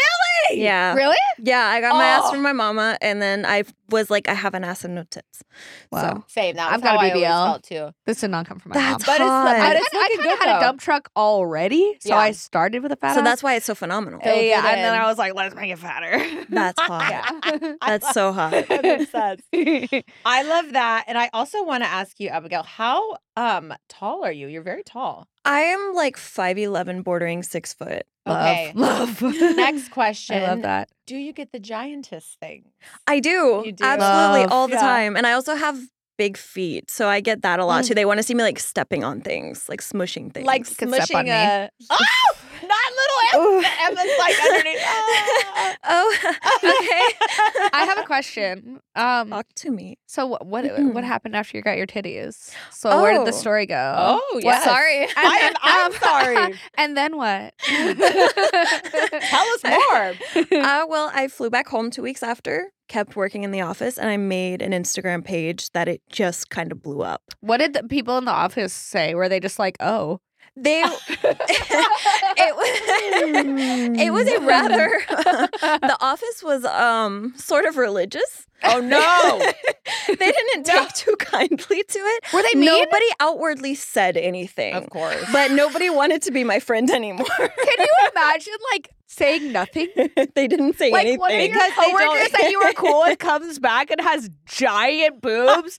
Yeah.
Really?
Yeah, I got my ass
Oh.
from my mama, and then I was like, I have an ass and no tits.
Wow.
So
Same. That was
I've got a
how I always
BBL.
felt too.
This did not come from my mom.
that's
But it's-
hot.
but
I
it's
kinda- I
looking
kind of
good,
had a
though.
dump truck already, so
Yeah.
I started with a fat.
so
ass. Uh,
that's why it's so phenomenal.
Build it
yeah, and then
in.
I was like, let's make it fatter.
That's hot. That's so hot.
I'm obsessed. I love that. And I also want to ask you, Abigail, how um tall are you? You're very tall.
I am like five eleven, bordering six foot.
Okay.
Love, love.
Next question.
I love that.
Do you get the giantess thing?
I do.
You do.
Absolutely.
Love.
All the
Yeah.
time. And I also have big feet. So I get that a lot too. They want to see me like stepping on things, like smushing things.
Like
could step
smushing
on me.
a Oh, not little Emma. Emma's like underneath. Ah.
oh, okay.
I have a question. Um,
Talk to me.
so what what, uh, what happened after you got your titties? So where did the
Oh.
story go?
Oh,
What-
yes.
Sorry,
I am I'm
Um,
sorry.
and then what?
Tell us more.
Hmm.
uh, well, I flew back home two weeks after, kept working in the office, and I made an Instagram page that it just kind of blew up.
What did the people in the office say? Were they just like, "Oh,
They. it was it was a rather the office was um sort of religious.
Oh no.
they didn't take too kindly to it.
were they mean?"
Nobody outwardly said anything.
Of course.
But nobody wanted to be my friend anymore.
Can you imagine like saying nothing?
they didn't say
Like
anything.
one of your
Because they don't-
coworkers that you were cool with comes back and has giant boobs,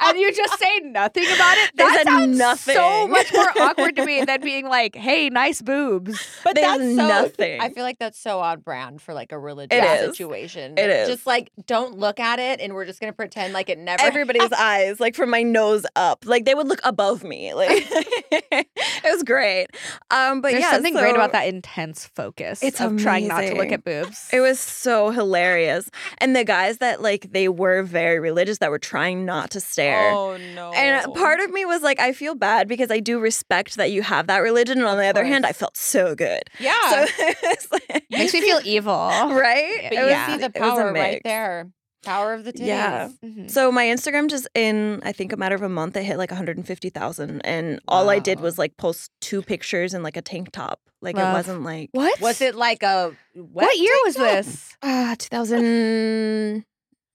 and you just say nothing about it.
They
That
said
sounds so
nothing.
much more awkward to me than being like, "Hey, nice boobs."
But
There's
that's so,
nothing.
I feel like that's so on brand for like a religious
is.
situation.
It is.
Just like don't look at it and we're just gonna pretend like it never
Everybody's eyes, like from my nose up, like they would look above me. Like it was great. Um, but
There's
yeah,
something great
so-
about that intense focus
It's
of trying not to look
amazing.
at boobs.
It was so hilarious. And the guys that like they were very religious that were trying not to stare.
Oh no.
And uh,
Oh,
part of me was like, I feel bad because I do respect that you have that religion. And on the other hand, I
course.
felt so good.
Yeah.
So it was like-
makes me feel evil.
right?
but
It
you
was-
see the
it was a
power right
mix.
there. Power of the titties.
Yeah.
Mhm.
So my Instagram just in I think a matter of a month it hit like 150,000 and all I did
Wow.
was like post two pictures and like a tank top. Like
Love.
it wasn't like
What?
Was it like a
What,
wet
year was
tank top?
this?
uh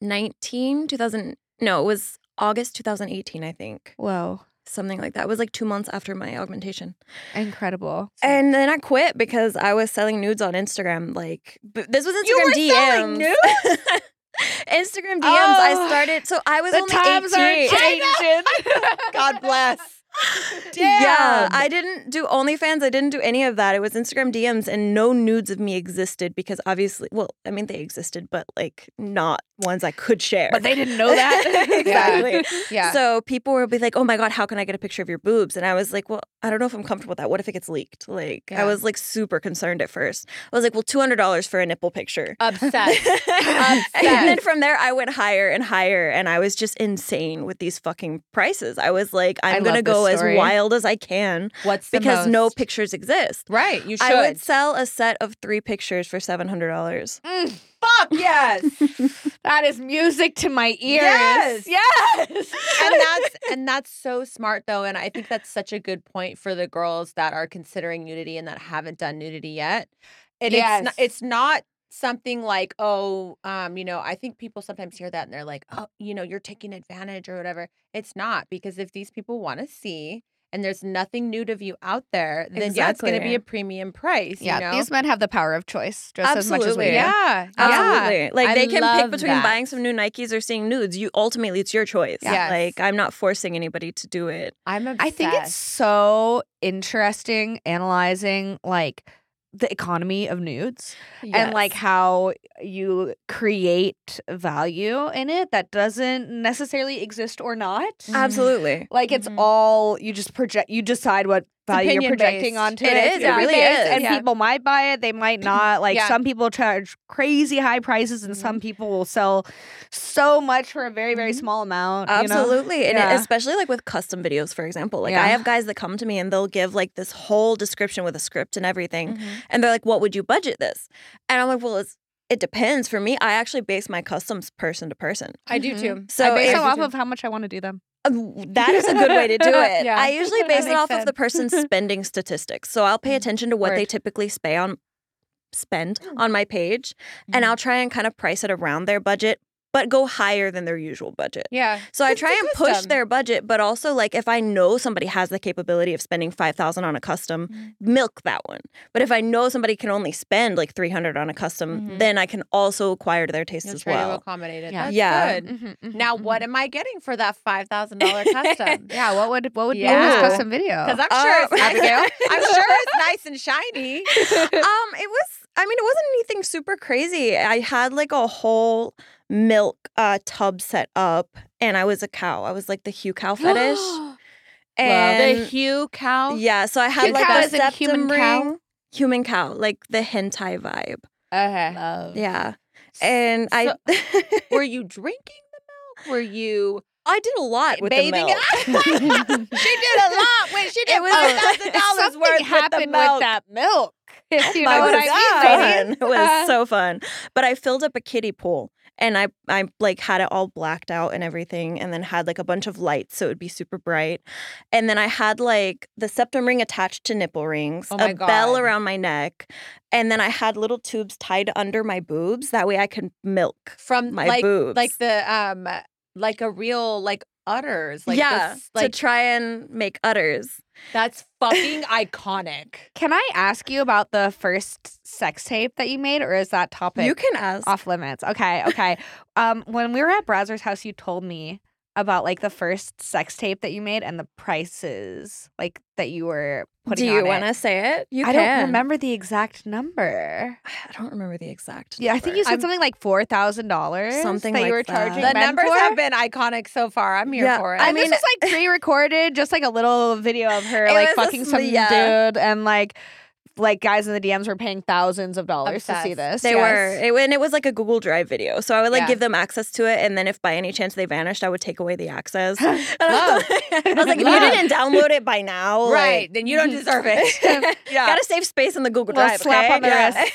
2019, 2000 No, it was August 2018, I think.
Whoa,
Something like that. It was like 2 months after my augmentation.
incredible!
And then I quit because I was selling nudes on Instagram. Like b- this was Instagram
You were
DMs.
selling
Instagram DMs.
Oh.
I started. So I was
the
only
times
18.
are changing.
God bless.
Yeah,
Damn.
I didn't do OnlyFans. I didn't do any of that. It was Instagram DMs, and no nudes of me existed because obviously, well, I mean they existed, but like not ones I could share.
but they didn't know that.
exactly.
Yeah.
So people would be like, "Oh my god, how can I get a picture of your boobs?" And I was like, "Well, I don't know if I'm comfortable with that. What if it gets leaked?" Like
Yeah.
I was like super concerned at first. I was like, "Well, two hundred dollars for a nipple picture."
Obsessed.
and then from there, I went higher and higher, and I was just insane with these fucking prices. I was like,
I
I'm gonna
love this
go as
story.
wild as I can
What's the
because no
most-
pictures exist.
Right, you should.
I would sell a set of three pictures for seven hundred dollars.
Mm,
Fuck yes.
that is music to my ears.
Yes.
Yes.
and that's and that's so smart though and i think that's such a good point for the girls that are considering nudity and that haven't done nudity yet and it's
Yes.
not, it's not something like oh um you know i think people sometimes hear that and they're like oh you know you're taking advantage or whatever it's not because if these people want to see and there's nothing nude of you out there then yeah it's going to
Exactly.
be a premium price
yeah,
you know
these men have the power of choice just as much as we
Absolutely.
do.
yeah
Absolutely. Like
I
they can
love
pick between
that.
buying some new Nikes or seeing nudes. You ultimately it's your choice.
Yes.
Like I'm not forcing anybody to do it.
i'm obsessed.
I think it's so interesting analyzing like the economy of nudes and like how you create value in it that doesn't necessarily exist or not.
Absolutely.
Like it's
Mhm.
all you just project. You decide what value you're
opinion
projecting
based.
onto
It
it.
is,
It's
it
opinion
really
based,
is,
And
yeah.
people might buy it. They might not. Like
Yeah.
some people charge crazy high prices, and some people will sell so much for a very very
Mhm.
small amount. you know?
Absolutely. And it-
Yeah.
especially like with custom videos, for example. Like
Yeah.
I have guys that come to me and they'll give like this whole description with a script and everything.
Mm. Mm-hmm,
And they're like, what would you budget this? And I'm like, well, it's, it depends. For me, I actually base my customs person to person.
i do
Mhm.
too
So
I base
if-
them off of how much I want to do them.
Um, that is a good way to do it.
Yeah.
I usually
That
base it
makes
off
sense.
of the person's spending statistics. So I'll pay attention to what they
Word.
typically spay on spend on my page and I'll try and kind of price it around their budget but go higher than their usual budget.
yeah
So I
It's a
try and push
custom.
their budget but also like if I know somebody has the capability of spending 5000 on a custom
Mm-hmm.
milk that one. But if I know somebody can only spend like 300 on a custom
Mhm.
then I can also acquire their tastes
You'll
as
try to
well.
accommodate it.
Yeah.
That's
Yeah.
good. Now, what am I getting for that five thousand dollar custom?
Yeah, what would what would be in
Yeah.
this custom video?
because I'm sure it's
Oh.
nice. I'm sure it's nice and shiny.
um, it was. I mean, it wasn't anything super crazy. I had like a whole milk uh, tub set up, and I was a cow. I was like the hue cow fetish, and
the Hue cow.
yeah, so I had
Hue
like
cow
a
as in
septum
human
ring,
cow?
human cow, like the hentai vibe.
Okay.
Love.
Yeah, and I,
Were you drinking the milk? Were you?
I did a lot with
Bathing
the milk.
Eh, She did a lot when she
It
did
was-
five thousand dollars
Something
worth
happened
with the milk.
that milk. Uh, If you
My
know what
was
I mean, ladies.
fun. It was so fun. But I filled up a kiddie pool and I I like had it all blacked out and everything and then had like a bunch of lights so it would be super bright. And then I had like the septum ring attached to nipple rings,
Oh my
a bell
God.
around my neck, and then I had little tubes tied under my boobs that way I could milk
from
my
like
boobs.
like the um like a real like udders like
yeah,
this, like
to try and make udders.
that's fucking iconic.
Can I ask you about the first sex tape that you made, or is that topic
You can ask.
off limits? Okay, okay. um, when we were at Browser's house, you told me about like the first sex tape that you made and the prices like that you were putting
Do you
on
want
it.
to say it? You
I
can.
don't remember the exact number.
I don't remember the exact.
Yeah, I think you said
number.
something like four thousand dollars.
Something
that
like
you were
that.
charging.
The
men for?
been iconic so far. I'm
Uh, Yeah,
I
I
mean,
mean-
this was like pre-recorded, just like a little video of her
It
like
was a
fucking
sm-
some
yeah.
dude, and like, like guys in the DMs were paying thousands of dollars to see this.
Obsessed.
They
Yes.
were, it, and it was like a Google Drive video. So I would like
Yeah.
give them access to it, and then if by any chance they vanished, I would take away the access. And I was like, I was like, if you
Love.
didn't download it by now,
right.
like,
Then you don't deserve it. yeah.
gotta save space in the Google
Little
Drive.
slap
okay?
on the
Yeah.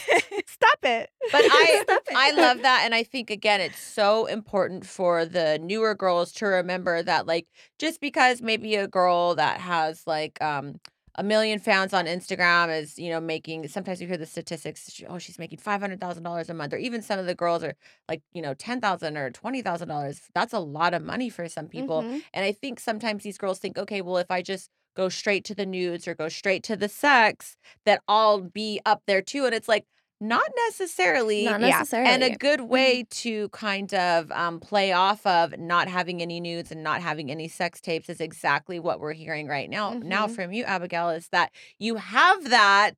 Stop it.
But I
Stop it.
I love that and I think again it's so important for the newer girls to remember that like just because maybe a girl that has like um a million fans on Instagram is, you know, making sometimes you hear the statistics, she- oh, she's making $500,000 a month or even some of the girls are like, you know, 10,000 or $20,000. That's a lot of money for some people.
Mhm.
And I think sometimes these girls think, okay, well, if I just go straight to the nudes or go straight to the sex, that I'll be up there too. And it's like, not necessarily.
Not
Yeah.
necessarily.
and a good
Mm-hmm.
way to kind of um, play off of not having any nudes and not having any sex tapes is exactly what we're hearing right now. Now
Mm-hmm.
Mhm.
from you, Abigail, is that you have that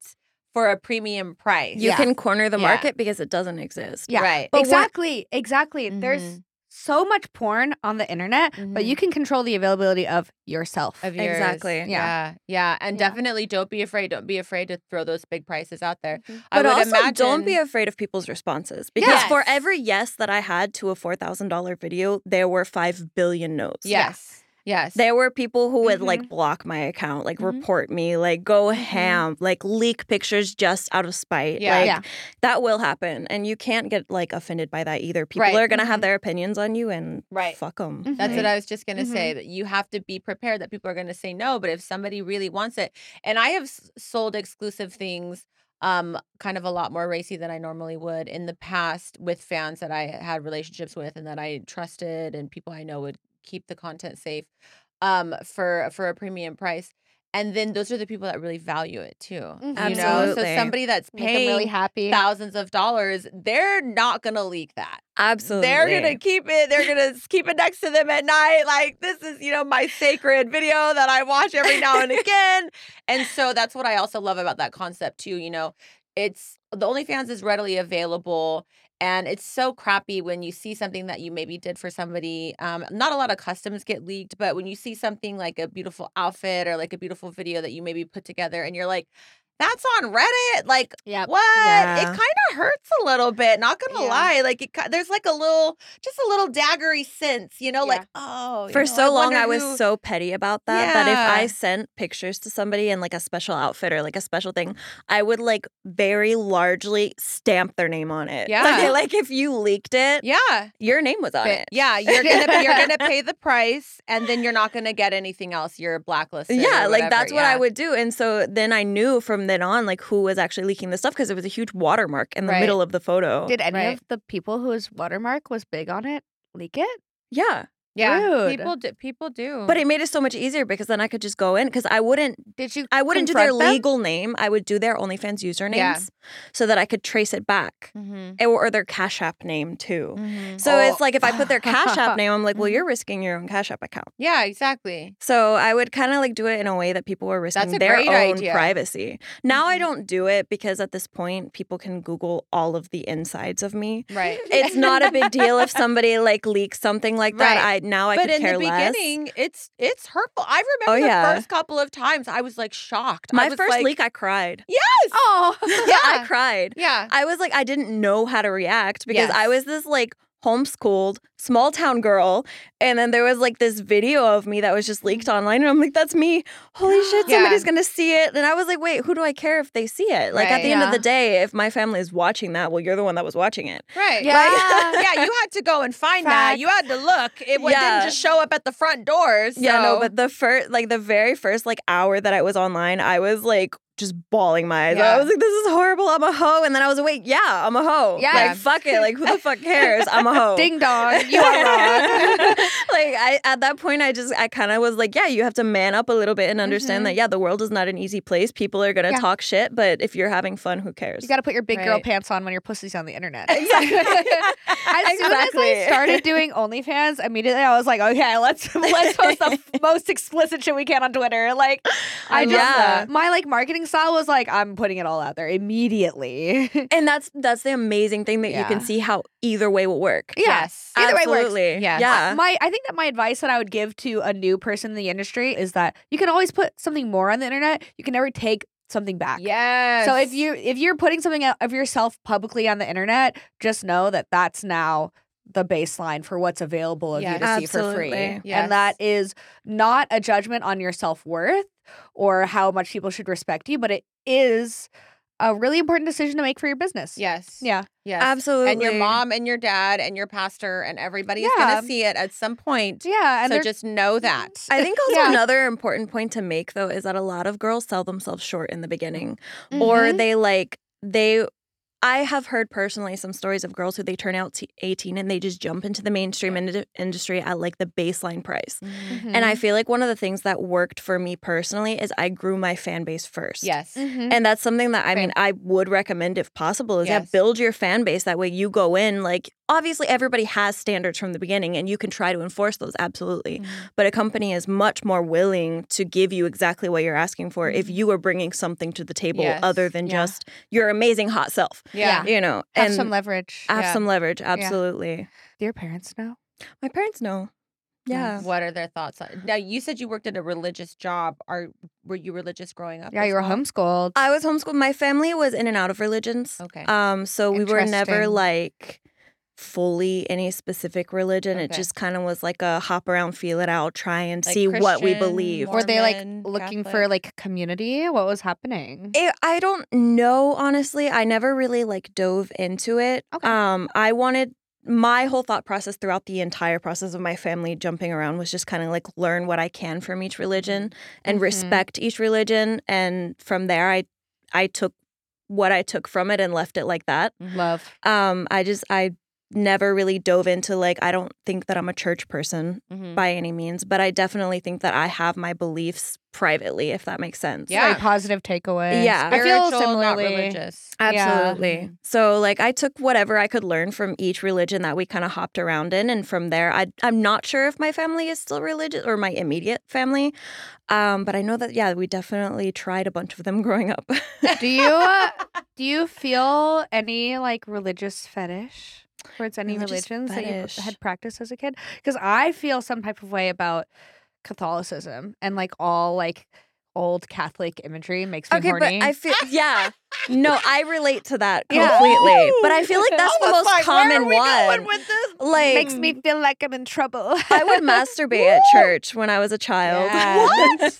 for a premium price.
you
Yeah.
can corner the
Yeah.
market because it doesn't exist.
Yeah.
Right.
But what-
exactly. Exactly. There's
Mhm.
so much porn on the internet, but
Mhm.
you can control the availability Mm-hmm. of yourself.
of yours.
Exactly.
Yeah.
Yeah.
Yeah. And
Yeah.
definitely don't be afraid. Don't be afraid to throw those big prices out there.
Mhm.
I
Mm-hmm. But
would
also,
imagine
don't be afraid of people's responses because for
Yes.
every yes that I had to a four thousand dollar video, there were five billion no's.
Yes. Yes. Mm-hmm.
There were people who would like block my account, like
Mhm.
report me, like go ham, like leak pictures just out of spite.
Yeah.
Like
Yeah.
that will happen. And you can't get like offended by that either. People
Right. Mm-hmm.
are going to
Mhm.
have their opinions on you and
Right. Mm-hmm.
fuck them.
Mhm.
That's what I was just going to
Mhm.
say that you have to be prepared that people are going to say no, but if somebody really wants it. And I have s- sold exclusive things um kind of a lot more racy than I normally would in the past with fans that I had relationships with and that I trusted and people I know would keep the content safe um for for a premium price. And then those are the people that really value it too. You know, so
Absolutely.
somebody that's
Mm-hmm. Make them
paying
really happy.
thousands of dollars, they're not going to leak that.
Absolutely.
They're gonna keep it. They're gonna s- keep it next to them at night. Like this is, you know, my sacred video that I watch every now and again. And so that's what I also love about that concept too. You know, it's the OnlyFans is readily available, and it's so crappy when you see something that you maybe did for somebody. Um, not a lot of customs get leaked, but when you see something like a beautiful outfit or like a beautiful video that you maybe put together, and you're like. That's on Reddit. Like,
Yep.
what? It
Yeah.
kind of hurts a little bit. Not gonna
Yeah.
lie, like it. ki- There's like a little, just a little daggery sense, you know,
Yeah.
like oh. you
For
know,
so long,
wonder
I was
who-
so petty about that that if I
Yeah.
sent pictures to somebody in like a special outfit or like a special thing, I would like very largely stamp their name on it.
Yeah.
Like, like, if you leaked it,
Yeah,
your name was on
but-
it.
yeah. You're gonna you're gonna pay the price, and then you're not gonna get anything else. You're blacklisted. or
Yeah, like
whatever,
that's what
yeah.
I would do. And so then I knew from then on like who was actually leaking the stuff because it was a huge watermark in the
Right.
middle of the photo.
Did any
Right.
of the people whose watermark was big on it leak it?
yeah.
Yeah,
Rude.
people do. People do.
But it made it so much easier because then I could just go in because I wouldn't
Did you?
I wouldn't do their
confront them?
legal name. I would do their OnlyFans usernames
Yeah.
so that I could trace it back.
Mhm,
Or, or their Cash App name too.
mhm.
So
Oh.
it's like if I put their Cash App name, I'm like, well, you're risking your own Cash App account.
Yeah, exactly.
So I would kind of like do it in a way that people were risking
a
their
great
own
idea.
privacy. Now I
Mhm.
don't do it because at this point people can Google all of the insides of me.
Right.
It's not a big deal if somebody like leaks something like that. I
Right.
now I
but
could
in
care
the
less.
beginning, it's it's hurtful. I
Oh,
remember the
yeah.
first couple of times I was like shocked. I
My
was
first
like,
leak, I cried.
Oh,
Yeah, I cried.
Yeah.
I was like, I didn't know how to react because
Yes.
I was this like homeschooled small town girl. And then there was like this video of me that was just leaked online. And I'm like, that's me. Holy shit,
Mm-hmm. Yeah.
somebody's going to see it. And I was like, wait, who do I care if they see it? Like at
Right.
the end of
Yeah.
the day, if my family is watching that, well, you're the one that was watching it.
Right.
Yeah.
Like, yeah, you had to go and find that. You had to look. It wa-
Yeah.
didn't just show up at the front doors.
Yeah, no,
so-
but the first, like the very first like hour that I was online, I was like just bawling my eyes. out. I
Yeah.
was like, this is horrible. I'm a hoe. And then I was awake. Yeah, I'm a hoe.
Yeah.
Like, fuck it. Like, who the fuck cares? I'm a hoe.
Ding dong, you are wrong.
like I at that point I just I kind of was like, yeah, you have to man up a little bit and understand
Mhm.
that yeah, the world is not an easy place. People are gonna
Yeah.
talk shit, but if you're having fun, who cares?
you got to put your big girl
Right.
pants on when your pussy's on the internet. As
Exactly.
soon as I started doing OnlyFans, immediately I was like, okay, let's let's post the f- most explicit shit we can on Twitter. Like, I,
I
just uh,
love that.
my like marketing style was like, I'm putting it all out there immediately.
and that's that's the amazing thing that you
Yeah.
can see how either way will work.
Yes. Either way works.
Absolutely.
Yes.
Yeah.
my I think that my advice that I would give to a new person in the industry is that you can always put something more on the internet. You can never take something back.
Yes.
So if you if you're putting something out of yourself publicly on the internet, just know that that's now the baseline for what's available of you
Yes.
to see for free.
Absolutely.
Yes.
And that is not a judgment on your self-worth or how much people should respect you, but it is a really important decision to make for your business.
Yes.
Yeah.
Yes.
Absolutely.
And your mom and your dad and your pastor and everybody is
Yeah.
going to see it at some point.
Yeah. And
so
they're-
just know that.
I think also
Yeah.
another important point to make though is that a lot of girls sell themselves short in the beginning. or they like they I have heard personally some stories of girls who they turn out to 18 and they just jump into the mainstream ind- industry at like the baseline price.
Mm-hmm.
And I feel like one of the things that worked for me personally is I grew my fan base first.
Yes.
Mhm.
And that's something that I
Same.
mean I would recommend if possible is yeah,
Yes.
build your fan base that way you go in like obviously everybody has standards from the beginning and you can try to enforce those absolutely but a company is much more willing to give you exactly what you're asking for if you are bringing something to the table
Mm-hmm. Yes.
other than
Yeah.
just your amazing hot self
Yeah.
you know
have
and
some leverage.
have
yeah.
some leverage absolutely
Do your parents know?
my parents know yeah
What are their thoughts? on- Now you said you worked at a religious job. Are were you religious growing up?
Yeah,
as
you were
well?
homeschooled.
i was homeschooled my family was in and out of religions
Okay.
um so we were never
Interesting.
like fully any specific religion it
Okay.
just kind of was like a hop around feel it out try and
Like
see what we
Christian,
believe
Mormon,
Were they like
Mormon,
looking for
Catholic?
like community? What was happening?
It, Eh, I don't know honestly. I never really like dove into it.
Okay.
Um I wanted my whole thought process throughout the entire process of my family jumping around was just kind of like learn what I can from each religion and
Mhm.
respect each religion and from there I I took what I took from it and left it like that.
Love.
Um I just I never really dove into like I don't think that I'm a church person
Mhm.
by any means, but I definitely think that I have my beliefs privately if that makes sense.
Yeah.
Like positive takeaways.
Yeah.
I feel
Spiritual, not
similarly.
religious.
Absolutely.
Yeah.
Mm-hmm. So like I took whatever I could learn from each religion that we kind of hopped around in and from there I I'm not sure if my family is still religious or my immediate family. Um but I know that yeah, we definitely tried a bunch of them growing up.
do you uh, do you feel any like religious fetish towards any
Religious
religions
fetish.
that you had practiced as a kid? Because I feel some type of way about Catholicism and like all like old Catholic imagery makes me
okay, but
horny.
I feel yeah. No, I relate to that
Yeah.
completely. But I feel like that's the most common one.
with this?
Like
makes me feel like I'm in trouble.
I would masturbate at church when I was a child.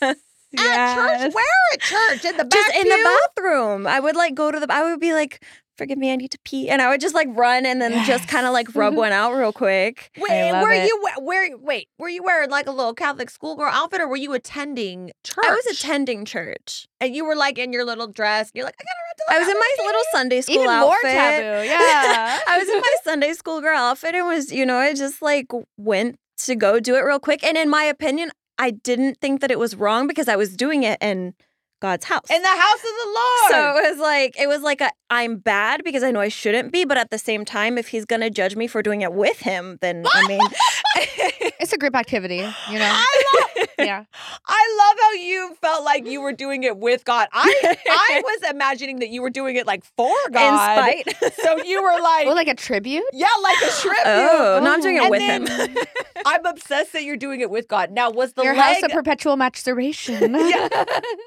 Yes.
What?
At church? Where at church? In the back
just in
pew?
the bathroom. I would like go to the. I would be like, "Forgive me, I need to pee," and I would just like run and then just kind of like rub one out real quick.
Wait,
love
were
it.
you we- where? Wait, were you wearing like a little Catholic schoolgirl outfit, or were you attending church?
I was attending church.
and you were like in your little dress. And you're like, I gotta.
I was in my little Sunday school
Even more
outfit.
taboo. Yeah.
I was in my Sunday school girl outfit and was, you know, I just like went to go do it real quick. And in my opinion, I didn't think that it was wrong because I was doing it in God's house.
in the house of the Lord.
So it was like it was like a I'm bad because I know I shouldn't be, but at the same time, if he's gonna judge me for doing it with him, then I mean,
It's a group activity, you know.
I love,
yeah.
I love how you felt like you were doing it with God. I I was imagining that you were doing it like for God.
in spite.
So you were like,
Well, like a tribute.
yeah, like a tribute.
Oh, no, I'm doing it
And
with
then-
him.
I'm obsessed that you're doing it with God. Now was the
Your
leg
house of perpetual masturbation.
Yeah.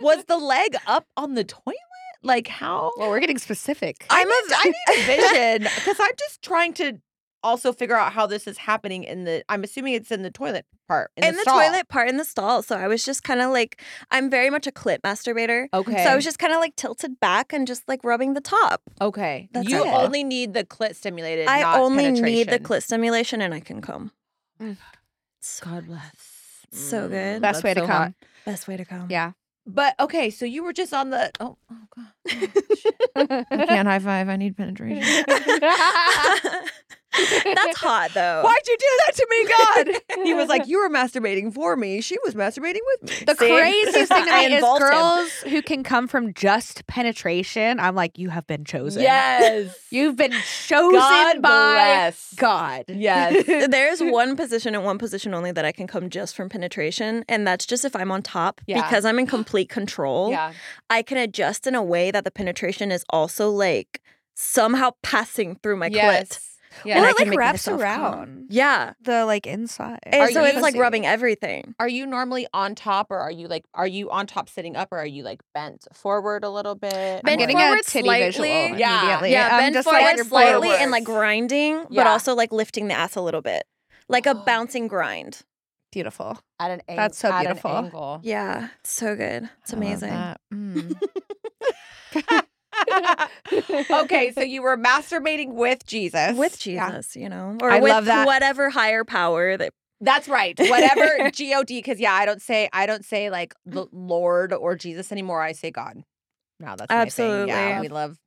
was the leg up on the toilet? Like how?
Well, we're getting specific.
I'm
need,
a-
I need a vision because I'm just trying to also figure out how this is happening in the. I'm assuming it's in the toilet part. In,
in
the,
the
stall.
toilet part in the stall. So I was just kind of like, I'm very much a clit masturbator.
Okay.
So I was just kind of like tilted back and just like rubbing the top.
okay.
That's
you
it.
only need the clit stimulated.
I
not
only need the
penetration.
clit stimulation and I can come.
Mm.
So
God bless. Mm,
So good.
Best way to
so
come.
hot.
best way to come.
Yeah.
But okay, so you were just on the oh, oh god. Oh, shit. I can't high five. I need penetration.
That's hot though.
Why'd you do that to me, God? he was like, You were masturbating for me. She was masturbating with me.
The
See?
craziest thing to
I
me is
involved him.
girls who can come from just penetration. I'm like, you have been chosen.
Yes.
You've been chosen
God
by
bless.
God.
Yes.
There's one position and one position only that I can come just from penetration, and that's just if I'm on top
Yeah.
because I'm in complete control. I can adjust in a way that the penetration is also like somehow passing through my clit.
yes. Yeah.
And
And
it,
I can
like,
make
wraps
myself
around.
come.
Yeah.
The like inside.
And
Are
so
you
it's like
pussy?
rubbing everything.
Are you normally on top or are you like are you on top sitting up or are you like bent forward a little bit?
I'm
Bend
Or-
getting
forward
a titty visual
slightly.
Yeah.
immediately.
yeah,
I'm
bend
just
forward
like,
slightly
forward.
and like grinding, but
Yeah.
also like lifting the ass a little bit. Like a bouncing grind.
beautiful.
at an ang-
That's so
at an
beautiful.
angle.
Yeah. it's so good. It's
I love
amazing.
that. Mm.
okay, so you were masturbating with Jesus.
With
Yeah.
Jesus, you know, or
I
with
love that.
whatever higher power that
That's right. Whatever God, because yeah, I don't say I don't say like the Lord or Jesus anymore. I say God. No, that's my thing.
Absolutely.
Yeah, we love.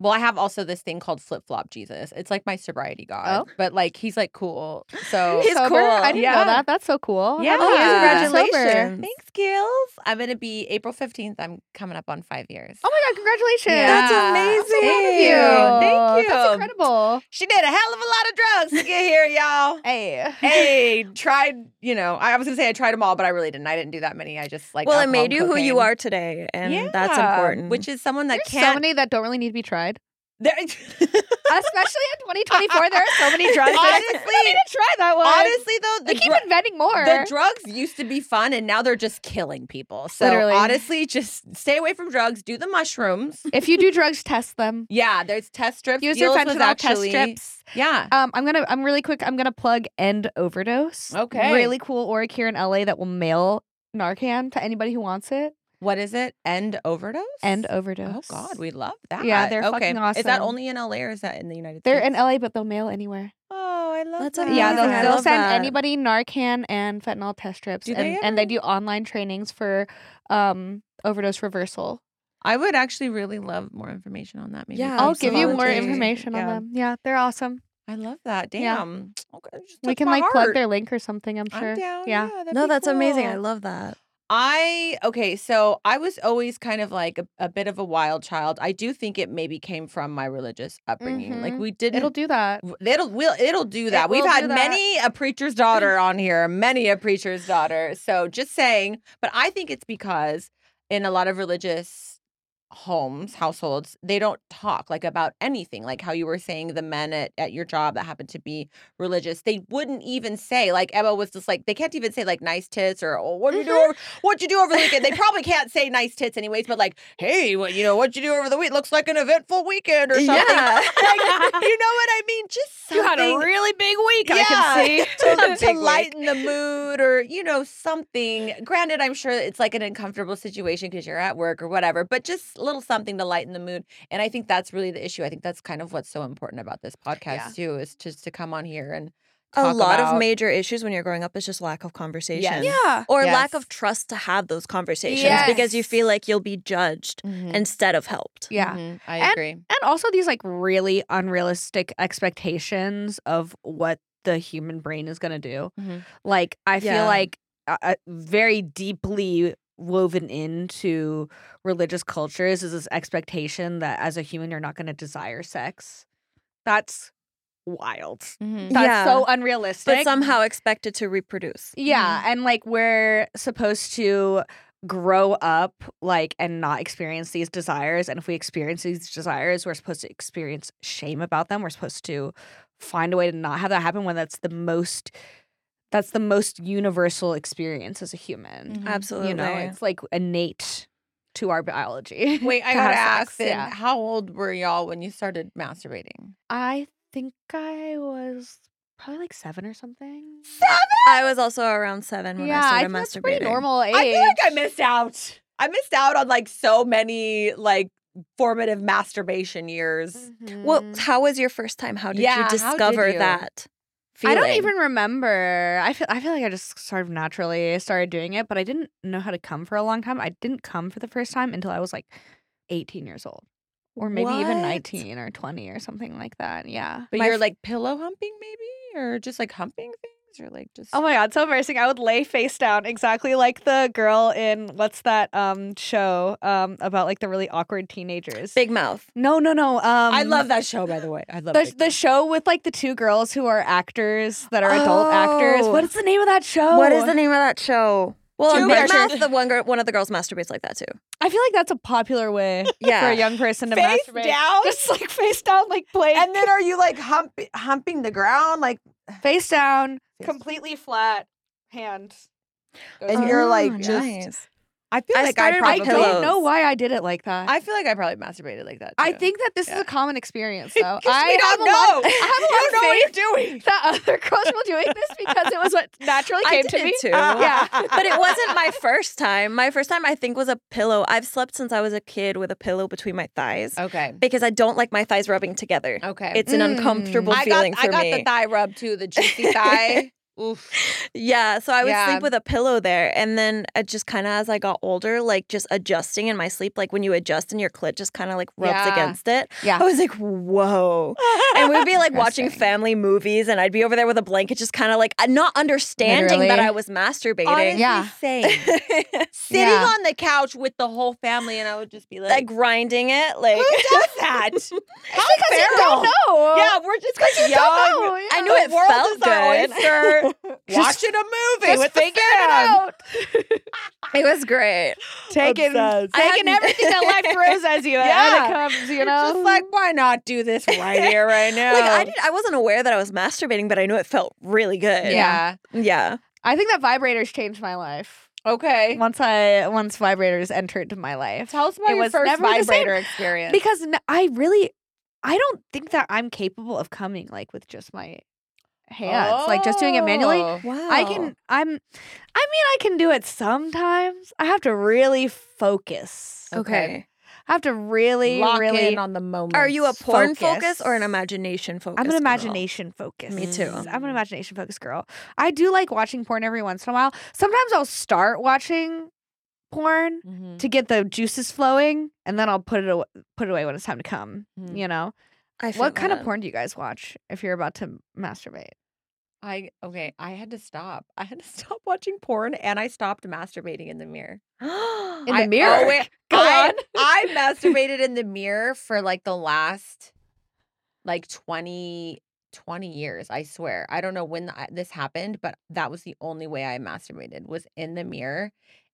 Well, I have also this thing called flip flop Jesus. It's like my sobriety God,
Oh.
but like he's like cool. Oh, So
He's
Sober?
cool.
I didn't
Yeah. Oh,
know that. That's so cool.
Yeah.
How long have you been sober?
Congratulations.
thanks, Gills. I'm gonna be April fifteenth. I'm coming up on five years.
Oh my god! Congratulations.
That's
Yeah.
amazing.
Thank you.
Thank you.
That's incredible.
She did a hell of a lot of drugs to get here, y'all.
Hey.
hey, tried, you know, I was gonna say I tried them all, but I really didn't. I didn't do that many. I just like
well, it
alcohol
made you
and
who you
cocaine.
are today, and that's
Yeah,
important.
Which is someone that
There's so
can't
many that don't really need to be tried.
there-
Especially in 2024, there are so many drugs. that it's like,
Honestly-
we don't need to try that one.
honestly though,
they
the,
keep
dru-
inventing more.
the drugs used to be fun and now they're just killing people. So
Literally.
honestly, just stay away from drugs, do the mushrooms.
if you do drugs, test them.
Yeah, there's test strips.
Use your
Deals was
fentanyl test
actually-
strips.
Yeah.
Um, I'm gonna. I'm really quick. I'm gonna plug End Overdose.
Okay.
Really cool org here in LA that will mail Narcan to anybody who wants it.
What is it? End overdose?
End
Oh
Overdose.
God, we love that.
Yeah, they're
okay.
fucking
Is that
awesome.
only in LA or is that in the United
They're
States?
in LA, but theyll mail anywhere.
Oh, I love
That's
that.
amazing.
Yeah, they'll,
I
they'll
love
send
that.
anybody Narcan and fentanyl test strips,
Do
and,
they
and they
ever-
do online trainings for um, overdose reversal.
I would actually really love more information on that. Maybe
Yeah,
if
I'll
there's
give you more
Absolutely.
information on
Yeah.
them. Yeah, they're awesome.
I love that.
Yeah.
Damn. Okay, you just
we
touched
can
my
like plug
heart.
their link or something. I'm sure.
I'm down.
Yeah.
Yeah. that'd
no,
be
that's amazing. I
cool.
love that.
I okay, so I was always kind of like a, a bit of a wild child. I do think it maybe came from my religious upbringing. Like
Mhm.
we didn't.
It'll do that.
w- It'll will it'll do that. We've
will do
had
that.
many a preacher's daughter on here, many a preacher's daughter. So just saying, but I think it's because in a lot of religious homes, households, they don't talk like about anything. Like how you were saying the men at, at your job that happened to be religious, they wouldn't even say like Emma was just like they can't even say like nice tits or oh, what you do
Mm-hmm.
over what you do over the weekend. They probably can't say nice tits anyways, but like hey, what you know what you do over the week looks like an eventful weekend or something.
Yeah.
Like, you know what I mean? Just something.
really big week.
To, to lighten the mood or, you know, something. Granted, I'm sure it's like an uncomfortable situation because you're at work or whatever, but just a little something to lighten the mood. And I think that's really the issue. I think that's kind of what's so important about this podcast, too, is just to come on here and
A
talk
lot
about-
of major issues when you're growing up is just lack of conversation.
Yeah.
Or lack of
Yes.
trust to have those conversations because you
Yes.
feel like you'll be judged
Mhm,
instead of helped.
Yeah.
mhm, I
And-
agree.
And also these like really unrealistic expectations of what the human brain is going to do.
Mhm.
Like I
Mm-hmm. Yeah.
feel like uh, uh, very deeply woven into religious cultures is this expectation that as a human you're not going to desire sex. That's wild.
Mhm.
That's
Yeah.
so unrealistic.
But somehow expected to reproduce.
Yeah, and like we're supposed to grow up like and not experience these desires and if we experience these desires we're supposed to experience shame about them we're supposed to find a way to not have that happen when that's the most that's the most universal experience as a human
Mhm.
Absolutely.
you know it's like innate to our biology
Wait, I
to
gotta
have
ask,
sex,
then,
yeah.
how old were y'all when you started masturbating?
i think i was probably like seven or something
I was also around seven when
yeah
I
I
started
think that's a
masturbating.
pretty normal age
I feel like I missed out. I missed out on like so many like formative masturbation years.
Mm. Mm-hmm.
Well, how was your first time? How did
Yeah,
you
how did
discover
you?
that
I
feeling.
don't even remember. I feel I feel like I just sort of naturally started doing it, but I didn't know how to come for a long time. I didn't come for the first time until I was like 18 years old. Or maybe even
What?
19 or 20 or something like that. Yeah.
But
My
you're
f-
like pillow humping maybe or just like humping things or like just
Oh my god, so embarrassing. I would lay face down exactly like the girl in what's that um show um about like the really awkward teenagers.
Big mouth.
no, no, no. Um
I love that show by the way. I love
the,
it.
the show with like the two girls who are actors that are adult actors.
Oh.
What is the name of that show?
What is the name of that show? Well,
Two
in Big
pictures.
Mouth, the one girl, one of the girls masturbates like that too.
I feel like that's a popular way for
Yeah.
a young person to
Face
masturbate.
down?
Just like face down, like play
And then are you like hump humping the ground like
face down,
Face
completely flat hand. goes
And
up.
you're like,
Oh,
just-
nice.
I feel
I
like I
started by
I
probably
pillow.
don't know why I did it like that.
I feel like I probably masturbated like that. Too.
I think that this is
Yeah.
a common experience though.
'Cause
I
we
have
don't
a
know.
lot, I
you
have a
know
lot of
what
faith
you're doing.
that other girls were doing this because it was what naturally
I
came
did
to
it
me.
too.
Yeah.
but it wasn't my first time. My first time, I think, was a pillow. I've slept since I was a kid with a pillow between my thighs
Okay.
because I don't like my thighs rubbing together.
Okay.
It's an
Mm.
uncomfortable
I got
feeling
I
for
got
me.
the thigh rub too, the juicy thigh. Oof.
Yeah, so I would
Yeah.
sleep with a pillow there, and then uh, just kind of as I got older, like just adjusting in my sleep, like when you adjust and your clit just kind of like rubs
Yeah.
against it.
Yeah.
I was like, whoa. and we'd be like watching
Interesting.
family movies, and I'd be over there with a blanket, just kind of like uh, not understanding that
Literally.
I was masturbating.
Yeah.
Same. Sitting
Yeah.
on the couch with the whole family, and I would just be like,
like grinding it, like
"Who does that? How
Because you
feral.
don't know.
Yeah, we're just because
You
young.
don't know.
I
yeah.
knew it
the world
felt
is our
good.
oyster. Watching a movie
Just
with the
figure it
fam.
out.
it was great.
taking
Obsessed.
taking
I had-
everything that life throws at you
Yeah.
yeah. it comes, you
You're
know.
just like, why not do this right here, right now?
Like I, did, I wasn't aware that I was masturbating, but I knew it felt really good.
yeah.
yeah.
I think that vibrators changed my life.
Okay.
Once I once vibrators entered my life.
Tell us about
It
your
was
first
never the same
vibrator experience.
Because n- I really I don't think that I'm capable of coming like with just my hands. Like just doing it manually.
Oh.
Wow.
I can I'm I mean I can do it sometimes. I have to really focus.
Okay.
I have to really
Lock
really
in on the moment.
Are you a porn focus, or an
Focus.
imagination focus?
I'm an
girl?
imagination focus.
Me too.
I'm an imagination focused girl. I do like watching porn every once in a while. Sometimes I'll start watching porn
Mhm.
to get the juices flowing, and then I'll put it away, put it away when it's time to come.
Mhm.
You know,
I feel
what kind of
that.
porn do you guys watch if you're about to masturbate?
I okay. I had to stop. I had to stop watching porn, and I stopped masturbating in the mirror.
In
I
the mirror.
always-
Go
I,
on.
I masturbated in the mirror for like the last like 20 20 years, I swear. I don't know when I, this happened, but that was the only way I masturbated was in the mirror.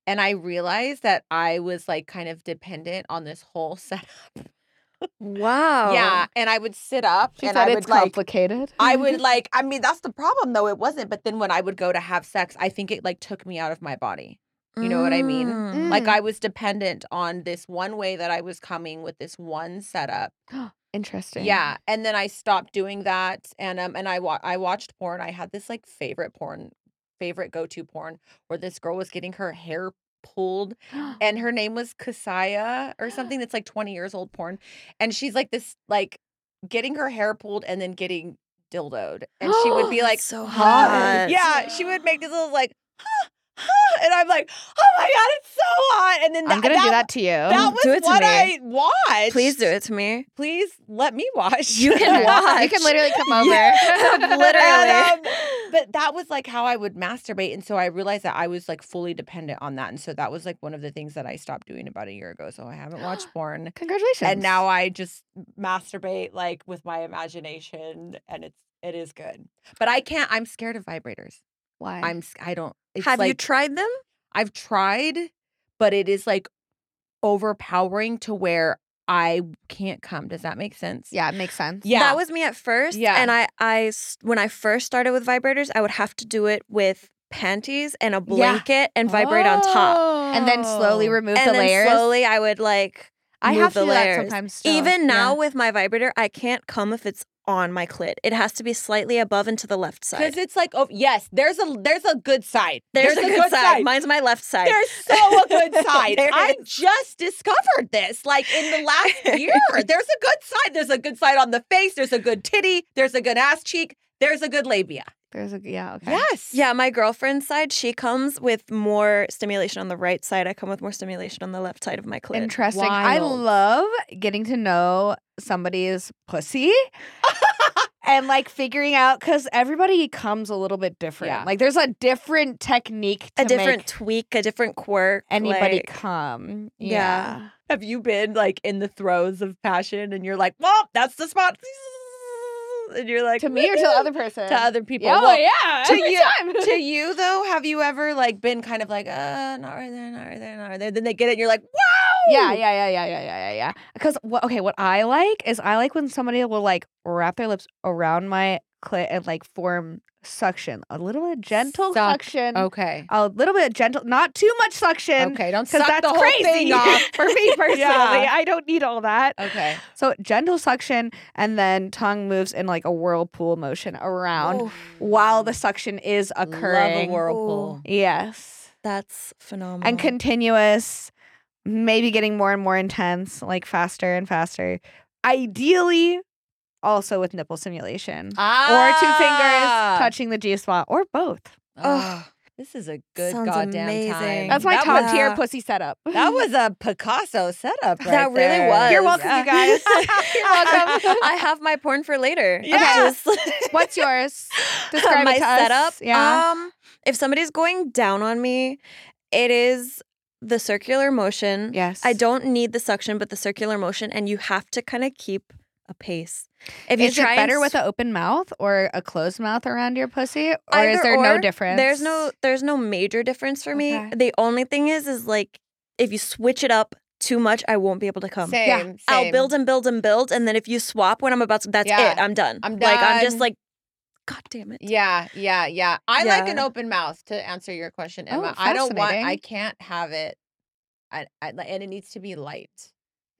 And I realized that I was like kind of dependent on this whole setup.
Wow.
Yeah, and I would sit up
Oh. She
and
said
I
it's
would like
complicated.
I would like I mean that's the problem though it wasn't but then when I would go to have sex I think it like took me out of my body. You know what I mean?
Mm.
Like I was dependent on this one way that I was coming with this one setup.
Interesting.
Yeah, and then I stopped doing that, and um, and I wa- I watched porn. I had this like favorite porn, favorite go to porn, where this girl was getting her hair pulled, and her name was Kasaya or something. That's like twenty years old porn, and she's like this like getting her hair pulled and then getting dildoed, and she would be like,
so
"Huh."
hot.
yeah, she would make this little like. "Huh, huh," And I'm like, oh my god, it's so hot! And then
I'm gonna do that to you.
That was
Do it to
what
me.
I watched.
Please do it to me.
Please let me watch.
You can watch.
you can literally come over.
Literally.
And, um, but that was like how I would masturbate. And so I realized that I was like fully dependent on that. And so that was like one of the things that I stopped doing about a year ago. So I haven't watched porn.
Congratulations.
And now I just masturbate like with my imagination and it's it is good. But I can't I'm scared of vibrators.
why?
I'm s- I don't it's
Have
like
you tried them?
I've tried, but it is like overpowering to where I can't come. Does that make sense?
yeah, it makes sense.
Yeah.
That was me at first.
Yeah.
And I, I s- when I first started with vibrators, I would have to do it with panties and a blanket and vibrate on top.
And then slowly
Oh.
remove
and
the
then
layers.
slowly I would like
I
move
have
the
to do
layers.
that sometimes. still.
Even now
Yeah.
with my vibrator, I can't come if it's on my clit. It has to be slightly above and to the left side.
Because it's like, oh yes, there's a there's a good side.
There's, a, good, side. Mine's my left side.
There's so a good side.
There
I just discovered this, like in the last year. There's a good side. There's a good side on the face. There's a good titty. There's a good ass cheek. There's a good labia.
There's a yeah, okay.
Yes.
Yeah, my girlfriend's side, she comes with more stimulation on the right side. I come with more stimulation on the left side of my clit.
Interesting. I
Wild.
love getting to know somebody's pussy and like figuring out because everybody comes a little bit different.
Yeah.
Like there's a different technique to
a different
make
tweak, a different quirk.
anybody
like-
come.
yeah.
Yeah.
Have you been like in the throes of passion and you're like, well, that's the spot. And you're like,
To me or to the
"Woohoo."
other person?
To other people.
Yeah,
Well,
yeah.
to
every
you-
time.
to you though, have you ever like been kind of like, uh, not right there, not right there, not right there. Then they get it and you're like, wow.
Yeah, yeah, yeah, yeah, yeah, yeah, yeah, yeah. Because what? Okay, what I like is I like when somebody will like wrap their lips around my clit and like form suction, a little bit of gentle
Suck.
suction,
Okay.
a little bit of gentle, not too much suction.
Okay. Don't
Because
suck
that's
the whole
crazy
thing off.
for me personally.
Yeah.
I don't need all that.
Okay.
So gentle suction, and then tongue moves in like a whirlpool motion around while the suction is occurring.
Love a whirlpool.
Yes,
That's phenomenal.
Mm-hmm.
and continuous, maybe getting more and more intense, like faster and faster. Ideally, also with nipple stimulation or two
Ah.
fingers touching the G spot or both.
Ah, this is a good
Sounds
goddamn time.
amazing.
That's my
that
top
was-
tier
Yeah.
pussy setup.
That was a Picasso setup. Right
That really
there.
was.
You're welcome, you guys. You're welcome.
I have my porn for later. I'm
Yeah.
just-
What's yours? Describe
my
it to us.
setup.
Yeah.
Um, if somebody's going down on me, it is the circular motion.
yes.
I don't need the suction, but the circular motion, and you have to kind of keep a pace. If you
Is
try and
it better with
s-
an open mouth or a closed mouth around your pussy, or is
either
there no
or,
difference?
There's no there's no major difference for me.
Okay.
The only thing is is like if you switch it up too much, I won't be able to come.
Same,
Yeah.
same.
I'll build and build and build, and then if you swap when I'm about to, that's
Yeah.
it. I'm done.
I'm
Like I'm just
done.
like, God damn it.
Yeah, yeah, yeah. I like an
Yeah.
open mouth to answer your question,
Oh,
Emma. I don't want. I
fascinating.
can't have it. I, I, and it needs to be light.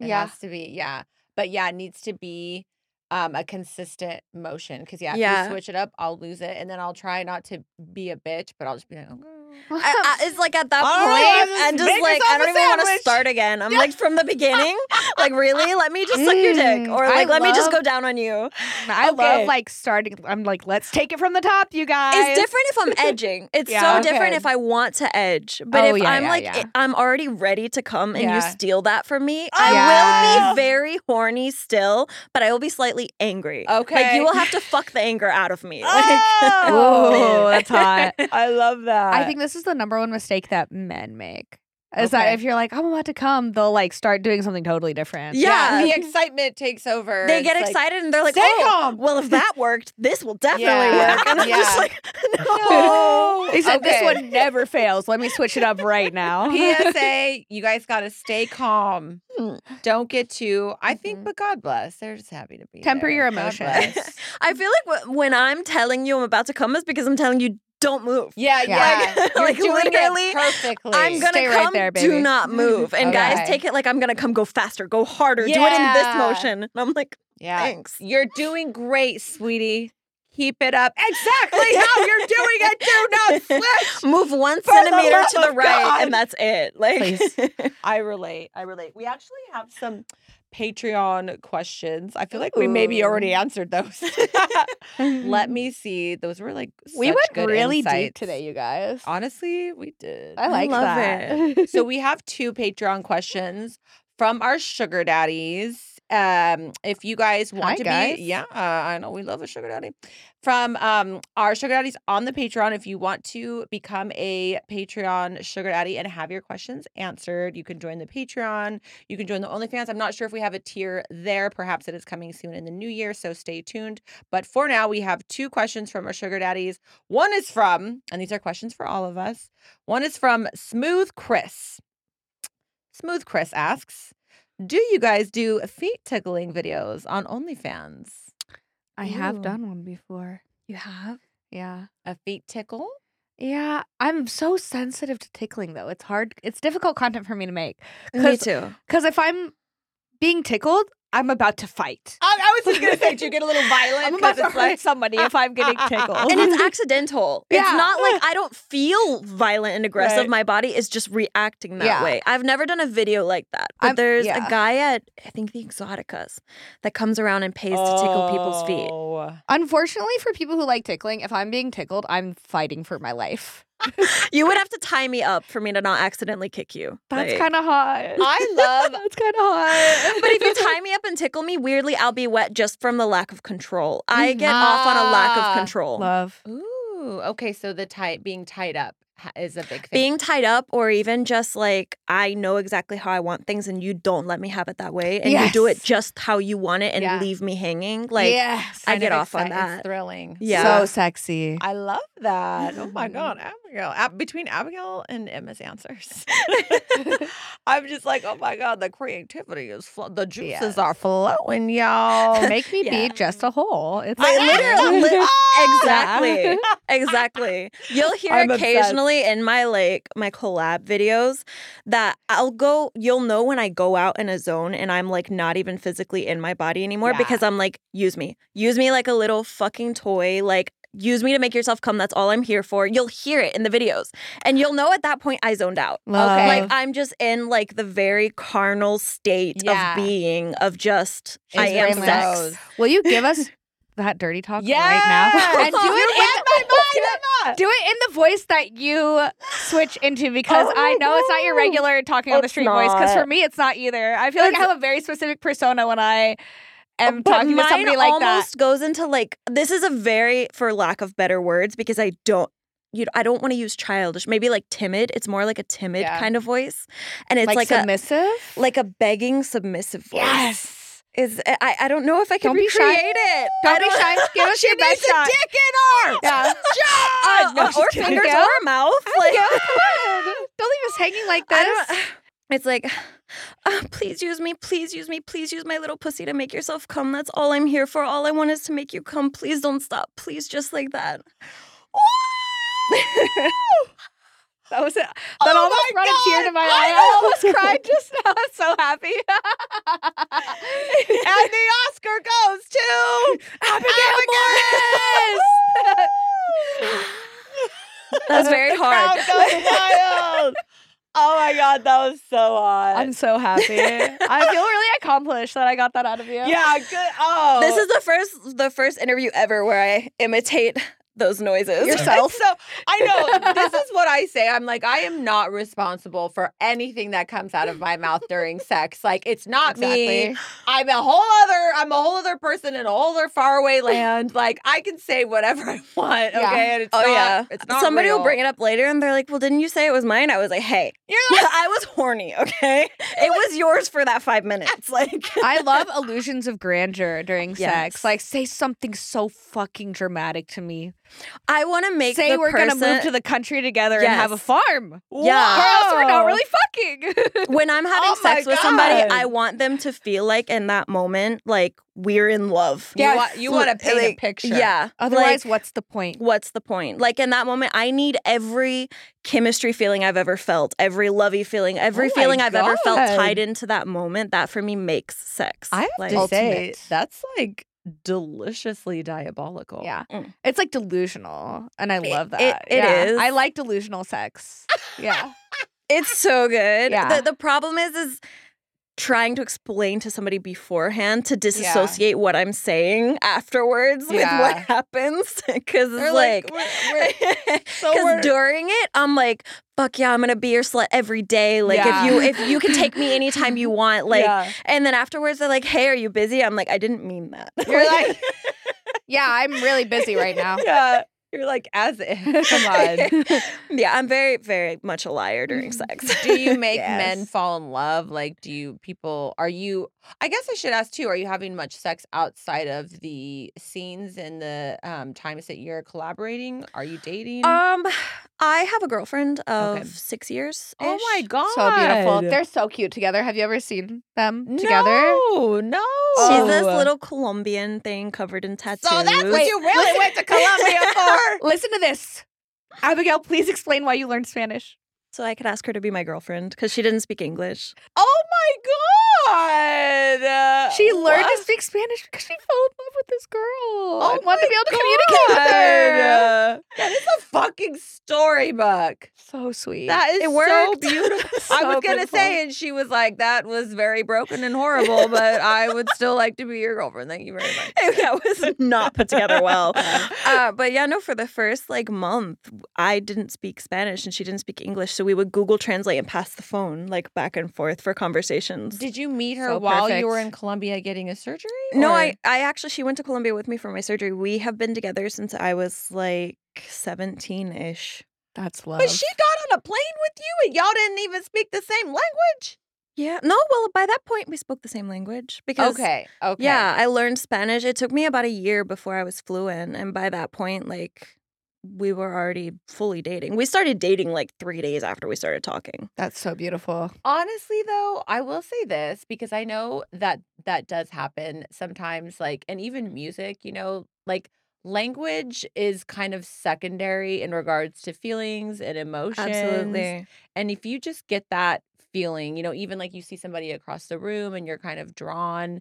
It
Yeah.
has to be. Yeah, but yeah, it needs to be um a consistent motion because yeah, if
Yeah.
you switch it up, I'll lose it, and then I'll try not to be a bitch, but I'll just be like, okay.
I, I, it's like at that
All right,
point, and
just
just
make
like
yourself
I
a
don't even want to
sandwich.
start again. I'm like from the beginning, like really, let me just suck your dick,
Mm,
or
I
like let me just
love-
go down on you.
I
Okay.
love like starting. I'm like, let's take it from the top, you guys.
It's different if I'm edging. It's
Yeah.
so different
Okay.
if I want to edge. But
Oh,
if
yeah,
I'm
yeah,
like
yeah.
i- I'm already ready to come and
Yeah. Oh,
you steal that from me, I
Yeah.
will be very horny still, but I will be slightly angry. Like
Okay.
you will have to fuck the anger out of me. Like,
Oh, that's hot.
I love that.
I think this is the number one mistake that men make. Is that
Okay.
if you're like, I'm about to come, they'll like start doing something totally different.
yeah,
yeah.
the excitement takes over.
they
It's
get
like,
excited and they're like,
"Stay
"Oh,
calm."
well, if that worked, this will definitely
Yeah.
work." And I'm just
Yeah.
like, "No."
No.
They said this
Okay.
one never fails. Let me switch it up right now.
PSA, you guys got to stay calm. Don't get too. I think,
Mhm.
but God bless. They're just happy to be.
Temper
there.
your
God
emotions.
bless.
I feel like wh- when I'm telling you I'm about to come is because I'm telling you don't move.
yeah,
Yeah.
yeah. You're
Like,
doing
literally,
it perfectly.
I'm gonna
Stay right
come.
there, baby.
Do not move. And
Mm-hmm. Okay.
guys, take it like I'm gonna come. Go faster. Go harder. Do it in this
Yeah.
motion. And I'm like,
Yeah,
thanks.
you're doing great, sweetie. Keep it up. Exactly how you're doing it. Do not switch.
Move one
For the
centimeter
love
to the
of
right,
God.
and that's it. Like,
Please.
I relate. I relate. We actually have some Patreon questions. I feel like we maybe already answered those. Let me see. Those were like
We
such
went
good
really deep
insights.
today, you guys.
Honestly, we did.
I like
love
that.
so we have two Patreon questions from our sugar daddies. Um, if you guys want
Hi,
to
guys.
be, yeah, I know we love a sugar daddy. From um our sugar daddies on the Patreon, if you want to become a Patreon sugar daddy and have your questions answered, you can join the Patreon. You can join the OnlyFans. I'm not sure if we have a tier there. Perhaps it is coming soon in the new year, so stay tuned. But for now, we have two questions from our sugar daddies. One is from, and these are questions for all of us. One is from Smooth Chris. Smooth Chris asks, "Do you guys do feet tickling videos on OnlyFans?
I have
Ooh.
done one before.
you have.
Yeah.
A feet tickle?
Yeah. I'm so sensitive to tickling though. It's hard. It's difficult content for me to make.
Me
'Cause-
too.
Because if I'm being tickled, I'm about to fight.
I, I was just gonna say, do you get a little violent?
I'm about
'Cause
to
it's
hurt
like-
somebody if I'm getting tickled.
And it's accidental.
Oh Yeah.
It's not like I don't feel violent and aggressive.
Right.
My body is just reacting that
Yeah.
way. I've never done a video like that. But
I'm-
there's
yeah.
a guy at I think the Exoticas that comes around and pays to tickle people's feet.
Oh.
Unfortunately, for people who like tickling, if I'm being tickled, I'm fighting for my life.
You would have to tie me up for me to not accidentally kick you.
That's
Like-
kind of hot.
I love
That's kind of hot.
But if you tie me up and tickle me, weirdly, I'll be wet just from the lack of control. I get off on a lack
Ah.
of control.
love,
Ooh, okay. So the tight being tied up ha- is a big thing.
Being tied up, or even just like, I know exactly how I want things and you don't let me have it that way. And you do
Yes.
it just how you want it and
Yeah.
leave me hanging. Like,
yes,
I
kind
get
of
off on
excite- it's
that.
thrilling.
yeah.
so sexy.
I love that. Oh my
Mhm.
god, Abigail! Ab- between Abigail and Emma's answers, I'm just like, oh my god, the creativity is flo- the juices are flowing, y'all.
Make me
Yeah.
be just a hole. It's
Like,
fine.
literally, li-
Yeah.
exactly, exactly. You'll hear
I'm obsessed.
occasionally in my like my collab videos that I'll go. You'll know when I go out in a zone and I'm like not even physically in my body anymore
Yeah.
because I'm like, use me, use me like a little fucking toy, like. Use me to make yourself come. That's all I'm here for. You'll hear it in the videos. And you'll know at that point I zoned out.
Love.
Okay.
Like I'm just in like the very carnal state
Yeah.
of being of just
She's
I am
very
sex.
Rose.
Will you give us that dirty talk right now?
Yes!
And do it, in,
You read my
do,
mind, Emma!
it, do it in the voice that you switch into because
Oh
I
my
know it's not your
God.
regular talking on the
It's
street voice because for
not.
me it's not either. I feel like I have a very specific persona when I am talking to
mine
somebody like that.
almost goes into like this is a very, for lack of better words, because I don't. You know, I don't want to use childish, maybe like timid. It's more like a timid
Yeah.
kind of voice, and it's like, a
submissive.
like a begging, submissive voice.
yes.
is I I don't know if I can
Don't be
recreate
shy.
it. I
Don't be shy. Give us your best shot.
dick in her.
Yeah.
Uh,
No,
uh,
she's
or
kidding.
fingers
Yeah.
or mouth. Like
Yeah, come on. Don't leave us hanging like
I
this.
don't. It's like, uh, please use me, please use me, please use my little pussy to make yourself come. That's all I'm here for. All I want is to make you come. Please don't stop. Please, just like that.
That was it. That almost
my
brought a tear to Oh my
God.
eye. I almost cried just now. I'm so happy.
and the Oscar goes to Abigail, Morris.
That was very
the
hard.
crowd goes wild. Oh my god, that was so hot.
I'm so happy. I feel really accomplished that I got that out of you.
yeah, good. Oh,
This is the first the first interview ever where I imitate those noises.
Yourself.
So I know this is what I say. I'm like, I am not responsible for anything that comes out of my mouth during sex. Like, it's not me.
Exactly.
I'm a whole other. I'm a whole other person in a whole other faraway land. Like, I can say whatever I want.
Yeah.
Okay, and it's
Oh
not,
yeah,
it's not
somebody
real.
will bring it up later, and they're like, "Well, didn't you say it was mine?" I was like, "Hey,
You're
I was horny. Okay, it was yours for that five minutes. Like,
I love illusions of grandeur during sex.
Yes.
Like, say something so fucking dramatic to me.
I want to make
say
the
we're
person,
gonna move to the country together and have a
Yes.
farm.
Yeah.
Or else we're not
Whoa.
really fucking.
when I'm having
Oh my
sex with somebody,
God.
I want them to feel like in that moment, like we're in love.
You
Yes.
want, you want to paint a
Like,
picture.
Yeah.
Otherwise,
like,
what's the point?
what's the point? Like in that moment, I need every chemistry feeling I've ever felt, every lovey feeling, every
Oh my
feeling I've ever felt
God.
tied into that moment. That for me makes sex.
I have
like,
to say
Ultimate.
that's like deliciously diabolical.
Yeah.
Mm.
It's like delusional. And I love that.
it- it
Yeah.
is.
I like delusional sex. Yeah.
it's so good.
Yeah.
The, the problem is, is trying to explain to somebody beforehand to disassociate what I'm saying afterwards
Yeah.
with what happens because
They're
it's
like,
like.
we're, we're, so we're,
Because during it, I'm like, fuck yeah, I'm gonna be your slut every day. Like
Yeah.
if you if you can take me anytime you want, like
Yeah.
and then afterwards they're like, Hey, are you busy? I'm like, I didn't mean that.
you're like,
Yeah, I'm really busy right now.
yeah, you're like, as if. Come on. Mm-hmm.
yeah, I'm very, very much a liar during sex.
do you make men
Yes.
fall in love like do you people are you i guess i should ask too are you having much sex outside of the scenes and the um, times that you're collaborating are you dating
um I have a girlfriend of
Okay.
six years.
oh my god
So beautiful. They're so cute together. Have you ever seen them together?
no no
She's
Oh.
this little Colombian thing covered in tattoos.
so that's what you really
listen-
went to colombia for
Listen to this. Abigail, please explain why you learned Spanish.
So I could
Oh.
ask her to be my girlfriend because she didn't speak English.
oh my god
She learned
What?
to speak Spanish because she fell in love with this girl.
Oh
and wanted to be able to communicate with her.
God. That is a fucking storybook.
So sweet.
That is
it
so
worked.
beautiful.
So
I was gonna
beautiful.
say, and she was like, "That was very broken and horrible, but I would still like to be your girlfriend. Thank you very much."
that was not put together well. Uh, but yeah, no, for the first like month, I didn't speak Spanish and she didn't speak English. So we would Google Translate and pass the phone like back and forth for conversations.
Did you meet her
So
while you were
perfect.
in Colombia getting a surgery?
no,
or-
I, I actually, she went to Colombia with me for my surgery. We have been together since I was like 17 ish.
That's love.
But she got on a plane with you, and y'all didn't even speak the same language.
Yeah. No, well, by that point, we spoke the same language because.
Okay. Okay.
Yeah, I learned Spanish. It took me about a year before I was fluent. And by that point, like, we were already fully dating. We started dating like three days after we started talking.
That's so beautiful.
Honestly though, I will say this because I know that that does happen sometimes like and even music, you know, like language is kind of secondary in regards to feelings and emotions. And if you just get that feeling, you know, even like you see somebody across the room and you're kind of drawn,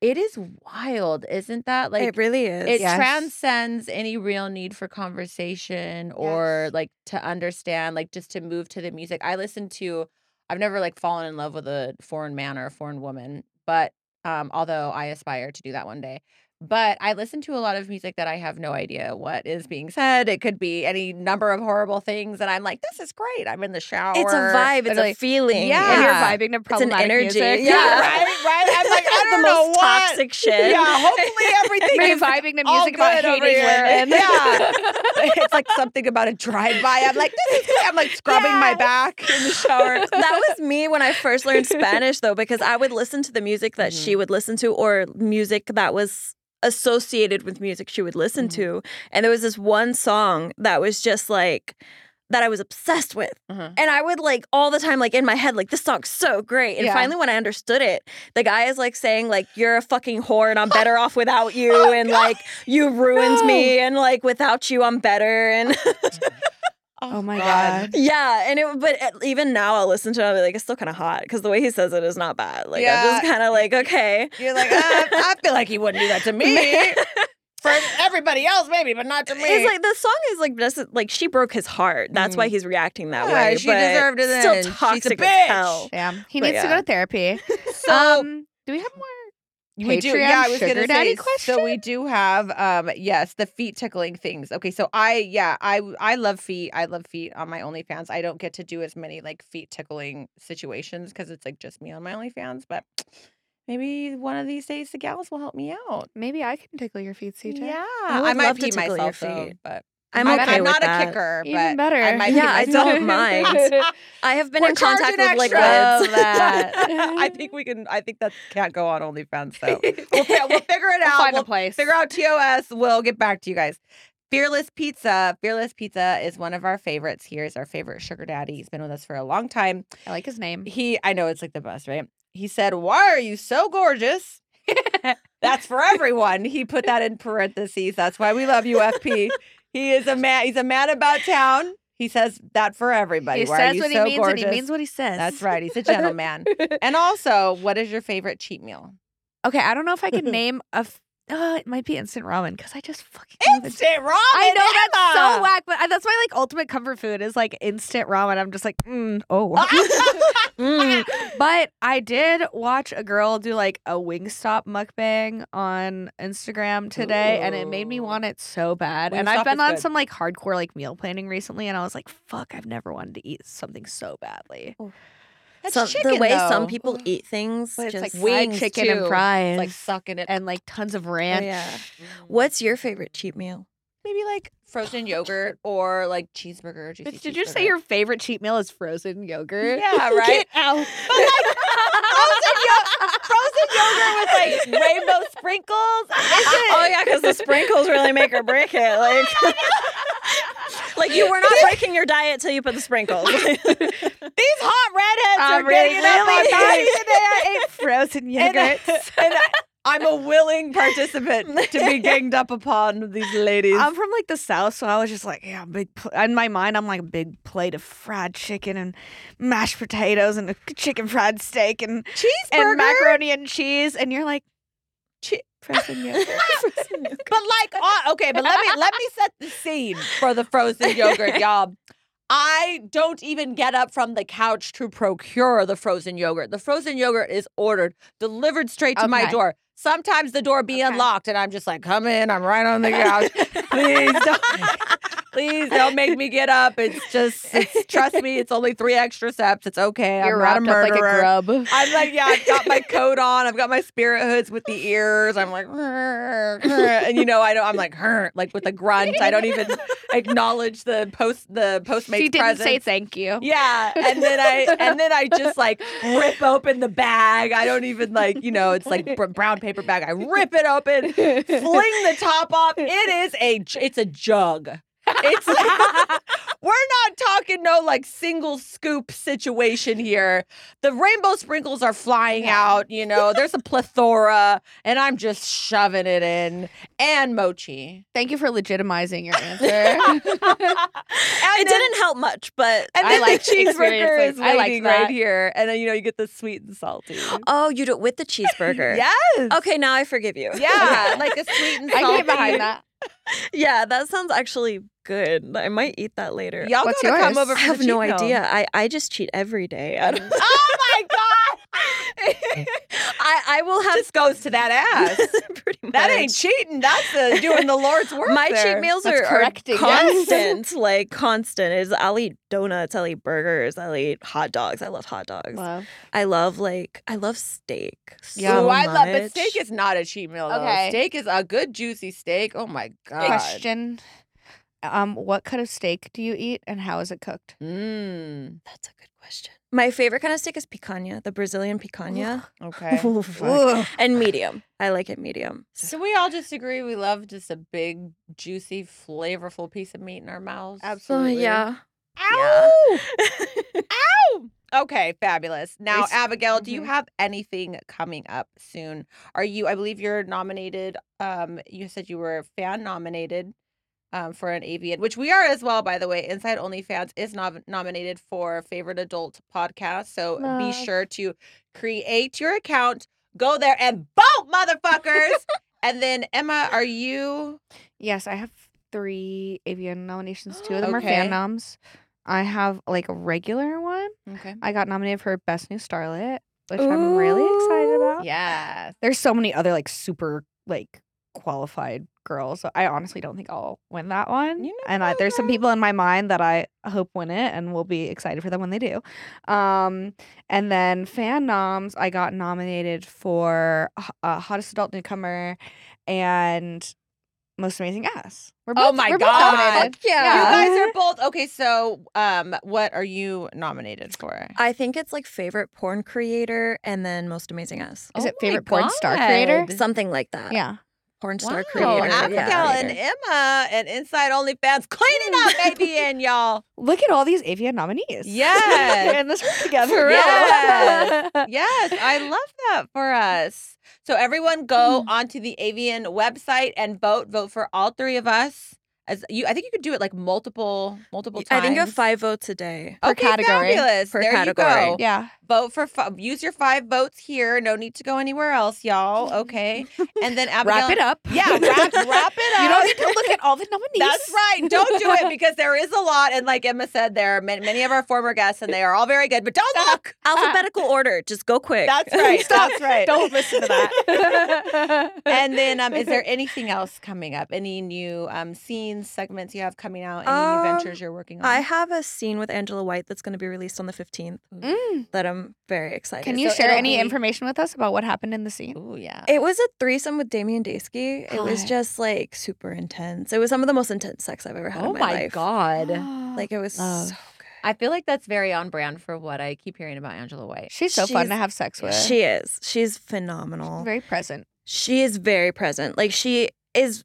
it is wild, isn't that? Like
it really is.
it
Yes.
transcends any real need for conversation or
Yes.
like to understand like just to move to the music i listen to i've never like fallen in love with a foreign man or a foreign woman but um although i aspire to do that one day but i listen to a lot of music that i have no idea what is being said it could be any number of horrible things and i'm like this is great i'm in the shower
It's a vibe. It's
Literally-
a feeling.
Yeah.
And you're
Yeah.
vibing to
It's an
problematic
energy.
music.
Yeah.
Yeah, right, right. I'm like, I don't
the
know
most
what.
toxic shit.
Yeah, hopefully everything
You're
is
vibing to
all
music about
good
hating
over here.
women.
Yeah. it's like something about a drive-by. I'm like, this is I'm like scrubbing my back in the shower.
that was me when I first learned Spanish, though, because I would listen to the music that
Mm-hmm.
she would listen to or music that was associated with music she would listen
Mhm.
to. And there was this one song that was just like, that I was obsessed with.
Uh-huh.
And I would like all the time, like in my head, like this song's so great. And
Yeah.
finally, when I understood it, the guy is like saying, like, you're a fucking whore and I'm better off without
Oh
you. And like, you ruined me. And like, without you, I'm better. And
Oh my god.
yeah, and it but at- even now I'll listen to it. I'll be like, it's still kind of hot because the way he says it is not bad. Like I'm just kind of like, okay,
You're like, ah, I feel like he wouldn't do that to me. For everybody else, maybe, but not to me.
it's like the song is like just like she broke his heart. That's why he's reacting that
Mm. Yeah,
way.
she
but
deserved it
Still
then. She's a
toxic as
bitch.
hell.
Damn. He
But
needs to go
yeah.
to therapy.
so
um, do we have more?
we do.
Patreon
Yeah, I was
sugar
gonna
daddy
say. So we do have, um, yes, the feet tickling things. Okay, so I, yeah, I, I love feet. I love feet on my OnlyFans. I don't get to do as many like feet tickling situations because it's like just me on my OnlyFans. But maybe one of these days the gals will help me out.
Maybe I can tickle your feet, CJ.
Yeah,
I
I,
would
might
love to
pee
tickle your
myself though,
feet.
but
I'm
I'm,
okay
I'm
with
not
that.
a kicker.
Even
but
better.
I might pee
Yeah, I
myself.
don't mind. I have been
We're
in contact
charging
with
extra.
liquids.
Love that. I think we can. I think that can't go on OnlyFans though. We'll, fi- Oh, we'll figure it
We'll
out.
find
We'll
a place.
figure out TOS. We'll get back to you guys. Fearless Pizza. Fearless Pizza is one of our favorites. Here is our favorite sugar daddy. He's been with us for a long time.
I like his name.
He, I know it's like the best, right? He said, Why are you so gorgeous? That's for everyone. He put that in parentheses. That's why we love you, FP. He is a man. He's a man about town. He says that for everybody.
He
Why are
says
you
what he
so
means,
gorgeous?
and he means what he says.
That's right. He's a gentleman. and also, what is your favorite cheat meal?
Okay, I don't know if I can name a. F- uh, it might be instant ramen because I just fucking love instant.
Instant ramen.
I know that's so
Emma!
whack, but I, that's my like ultimate comfort food is like instant ramen. I'm just like, mm, oh.
Mm.
but I did watch a girl do like a Wingstop mukbang on Instagram today, and it made me
Ooh.
want it so bad. and I've
Wingstop
been
is
on
good.
some like hardcore like meal planning recently, and I was like, fuck, I've never wanted to eat something so badly.
That's
Some-
chicken,
the way
though.
some people eat things,
But it's like
just
fried
wings,
chicken
too.
and
It's
fries,
It's like sucking it.
and like Mm. tons of
Oh,
ranch.
yeah. What's your favorite cheat meal?
maybe like frozen yogurt or like cheeseburger? Juicy
Bitch, did you say
cheeseburger.
your favorite cheat meal is frozen yogurt?
Yeah, right.
Get out.
But like frozen, yo- frozen yogurt with like rainbow sprinkles.
oh yeah, because the sprinkles really make or break it. Like, like you were not breaking your diet till you put the sprinkles.
These hot redheads
I'm
are getting it up
really
on night.
I ate frozen
And,
yogurts.
and I'm a willing participant to be ganged up upon these ladies.
I'm from like the south, so I was just like, yeah, big. Pl-. In my mind, I'm like a big plate of fried chicken and mashed potatoes and a chicken fried steak and
cheeseburger.
and macaroni and cheese. And you're like,
chi-
Frozen yogurt. Frozen yogurt.
But like, uh, okay, but let me let me set the scene for the frozen yogurt, y'all. I don't even get up from the couch to procure the frozen yogurt. The frozen yogurt is ordered, delivered straight to my
Okay.
door. Sometimes the door be
Okay.
unlocked, and I'm just like, come in. I'm right on the couch. Please don't. Please don't make me get up. It's just, it's, trust me, it's only three extra steps. It's okay.
You're
I'm not a
wrapped up like a
murderer.
grub.
I'm like, yeah, I've got my coat on. I've got my spirit hoods with the ears. I'm like, "Rrr, rrr," and you know, I don't. I'm like, "Rrr," like with a grunt. I don't even acknowledge the post the postmates
she didn't
presence.
say thank you.
yeah, and then I and then I just like rip open the bag. I don't even like you know it's like br- brown paper bag. I rip it open, fling the top off. It is a j- it's a jug. It's we're not talking no like single scoop situation here. The rainbow sprinkles are flying out, you know, there's a plethora, and I'm just shoving it in. And mochi.
Thank you for legitimizing your answer.
it didn't help much, but
And
I
then
liked
the cheeseburger
experiencing-
is
I liked
waiting right
that.
here. And then you know, you get the sweet and salty.
oh, you do it with the cheeseburger.
Yes.
Okay, now I forgive you.
Yeah, like a sweet and
I
salty.
can get behind that.
yeah, that sounds actually good. I might eat that later.
Y'all
What's
gotta come
yours?
over.
I
For
have
the
no
cheat meal.
idea. I, I just cheat every day. I, don't-
Oh my god!
I, I will have
Just goes to that ass.
pretty much.
That ain't cheating. That's uh, doing the Lord's work.
My
there.
cheat meals
That's
are, are
correcting, yes.
constant, like constant. Is I'll eat donuts, I'll eat burgers, I'll eat hot dogs. I love hot dogs.
Love.
I love like I love steak. so
Yeah.
Ooh, Oh, I love, but
much.
steak is not a cheat meal. Though.
Okay.
steak is a good juicy steak. Oh my god!
Question. Um, what cut of steak do you eat and how is it cooked?
Mm.
That's a good question. My favorite kind of steak is picanha, the Brazilian picanha,
Okay.
Ooh, fuck. and medium. I like it medium.
so we all just agree we love just a big, juicy, flavorful piece of meat in our mouths.
Absolutely.
yeah.
Ow! Ow! Okay, fabulous. Now,
It's-
Abigail, do you
mhm.
have anything coming up soon? Are you? I believe you're nominated. Um, you said you were fan nominated. Um, for an AVN, which we are as well, by the way. Inside OnlyFans is nom- nominated for favorite adult podcast, so be
Love.
sure to create your account, go there, and vote, motherfuckers. and then Emma, are you?
Yes, I have three avian nominations. Two of them are
Okay.
fan noms. I have like a regular one.
Okay.
I got nominated for Best New Starlet, which I'm really excited
Oh,
about.
Yeah.
There's so many other like super like qualified girls. So I honestly don't think I'll win that one.
You never
and I,
know,
there's some
girl.
people in my mind that I hope win it and will be excited for them when they do. Um, and then fan noms, I got nominated for h- uh, Hottest Adult Newcomer and Most Amazing Ass. We're
Oh
both,
my
we're both
God.
nominated.
You
Yeah.
guys are both okay. So, um, what are you nominated for?
I think it's like favorite porn creator and then most amazing ass.
Is
Oh
it
my
favorite porn star creator?
God.
Something like that.
Yeah.
Porn star
Wow,
creator.
Abigail
yeah.
and Emma and Inside OnlyFans cleaning up baby and y'all.
Look at all these avian nominees.
Yes.
and this work together.
For real.
Yeah.
Yes, I love that for us. So everyone go
Hmm.
onto the Avian website and vote. Vote for all three of us. As you I think you could do it like multiple multiple
I
times.
think you have five votes a day.
okay,
category.
Fabulous.
Per
there
category.
you go.
Yeah.
Vote for fi- use your five votes here. No need to go anywhere else, y'all. Okay. And then Abigail
Wrap it up.
Yeah, wrap, wrap it up.
You don't need to look at all the nominees.
That's right. Don't do it because there is a lot. And like Emma said, there are many, many of our former guests, and they are all very good. But don't look.
Alphabetical order. Just go quick.
Uh, That's right. That's right.
Don't listen to that.
And then, um, is there anything else coming up? Any new um, scenes, segments you have coming out? Any new ventures
Um,
you're working on?
I have a scene with Angela White that's going to be released on the 15th
Mm.
that I'm very excited.
Can you
So
share
it'll
any
be-
information with us about what happened in the scene?
Oh yeah.
It was a threesome with Damian Daysky. It was
Hot.
just like super intense. It was some of the most intense sex I've ever had
Oh
in
my,
my, life.
god.
Like it was
Love.
so
I feel like that's very on brand for what I keep hearing about Angela White.
she's so fun
she's-
to have sex
good.
with.
She is. She's phenomenal.
very present.
She is very present. Like she is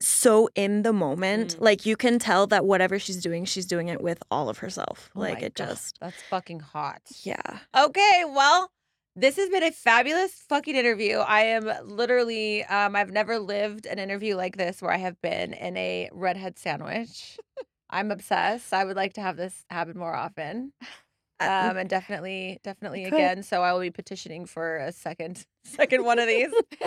so in the moment.
Mm.
Like you can tell that whatever she's doing, she's doing it with all of herself.
Oh
like
my
it
God,
just
That's fucking hot.
yeah.
Okay, well, this has been a fabulous fucking interview. I am literally, um, I've never lived an interview like this where I have been in a redhead sandwich. I'm obsessed. I would like to have this happen more often.
I- Uh,
Um, and definitely, definitely
could.
again. So I will be petitioning for a second second one of these.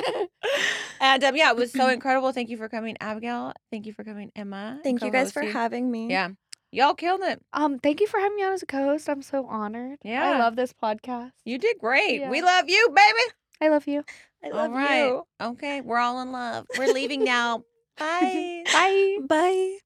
and um, yeah, it was so incredible. Thank you for coming, Abigail. Thank you for coming, Emma.
Thank you guys for
co-hosting.
having me.
Yeah. Y'all killed it.
Um, thank you for having me on as a co-host. I'm so honored.
Yeah.
I love this podcast.
You did great. We
Yeah.
love you, baby.
I love you.
I
All
love
right.
you.
Okay, we're all in love. We're leaving now. Bye.
Bye.
Bye.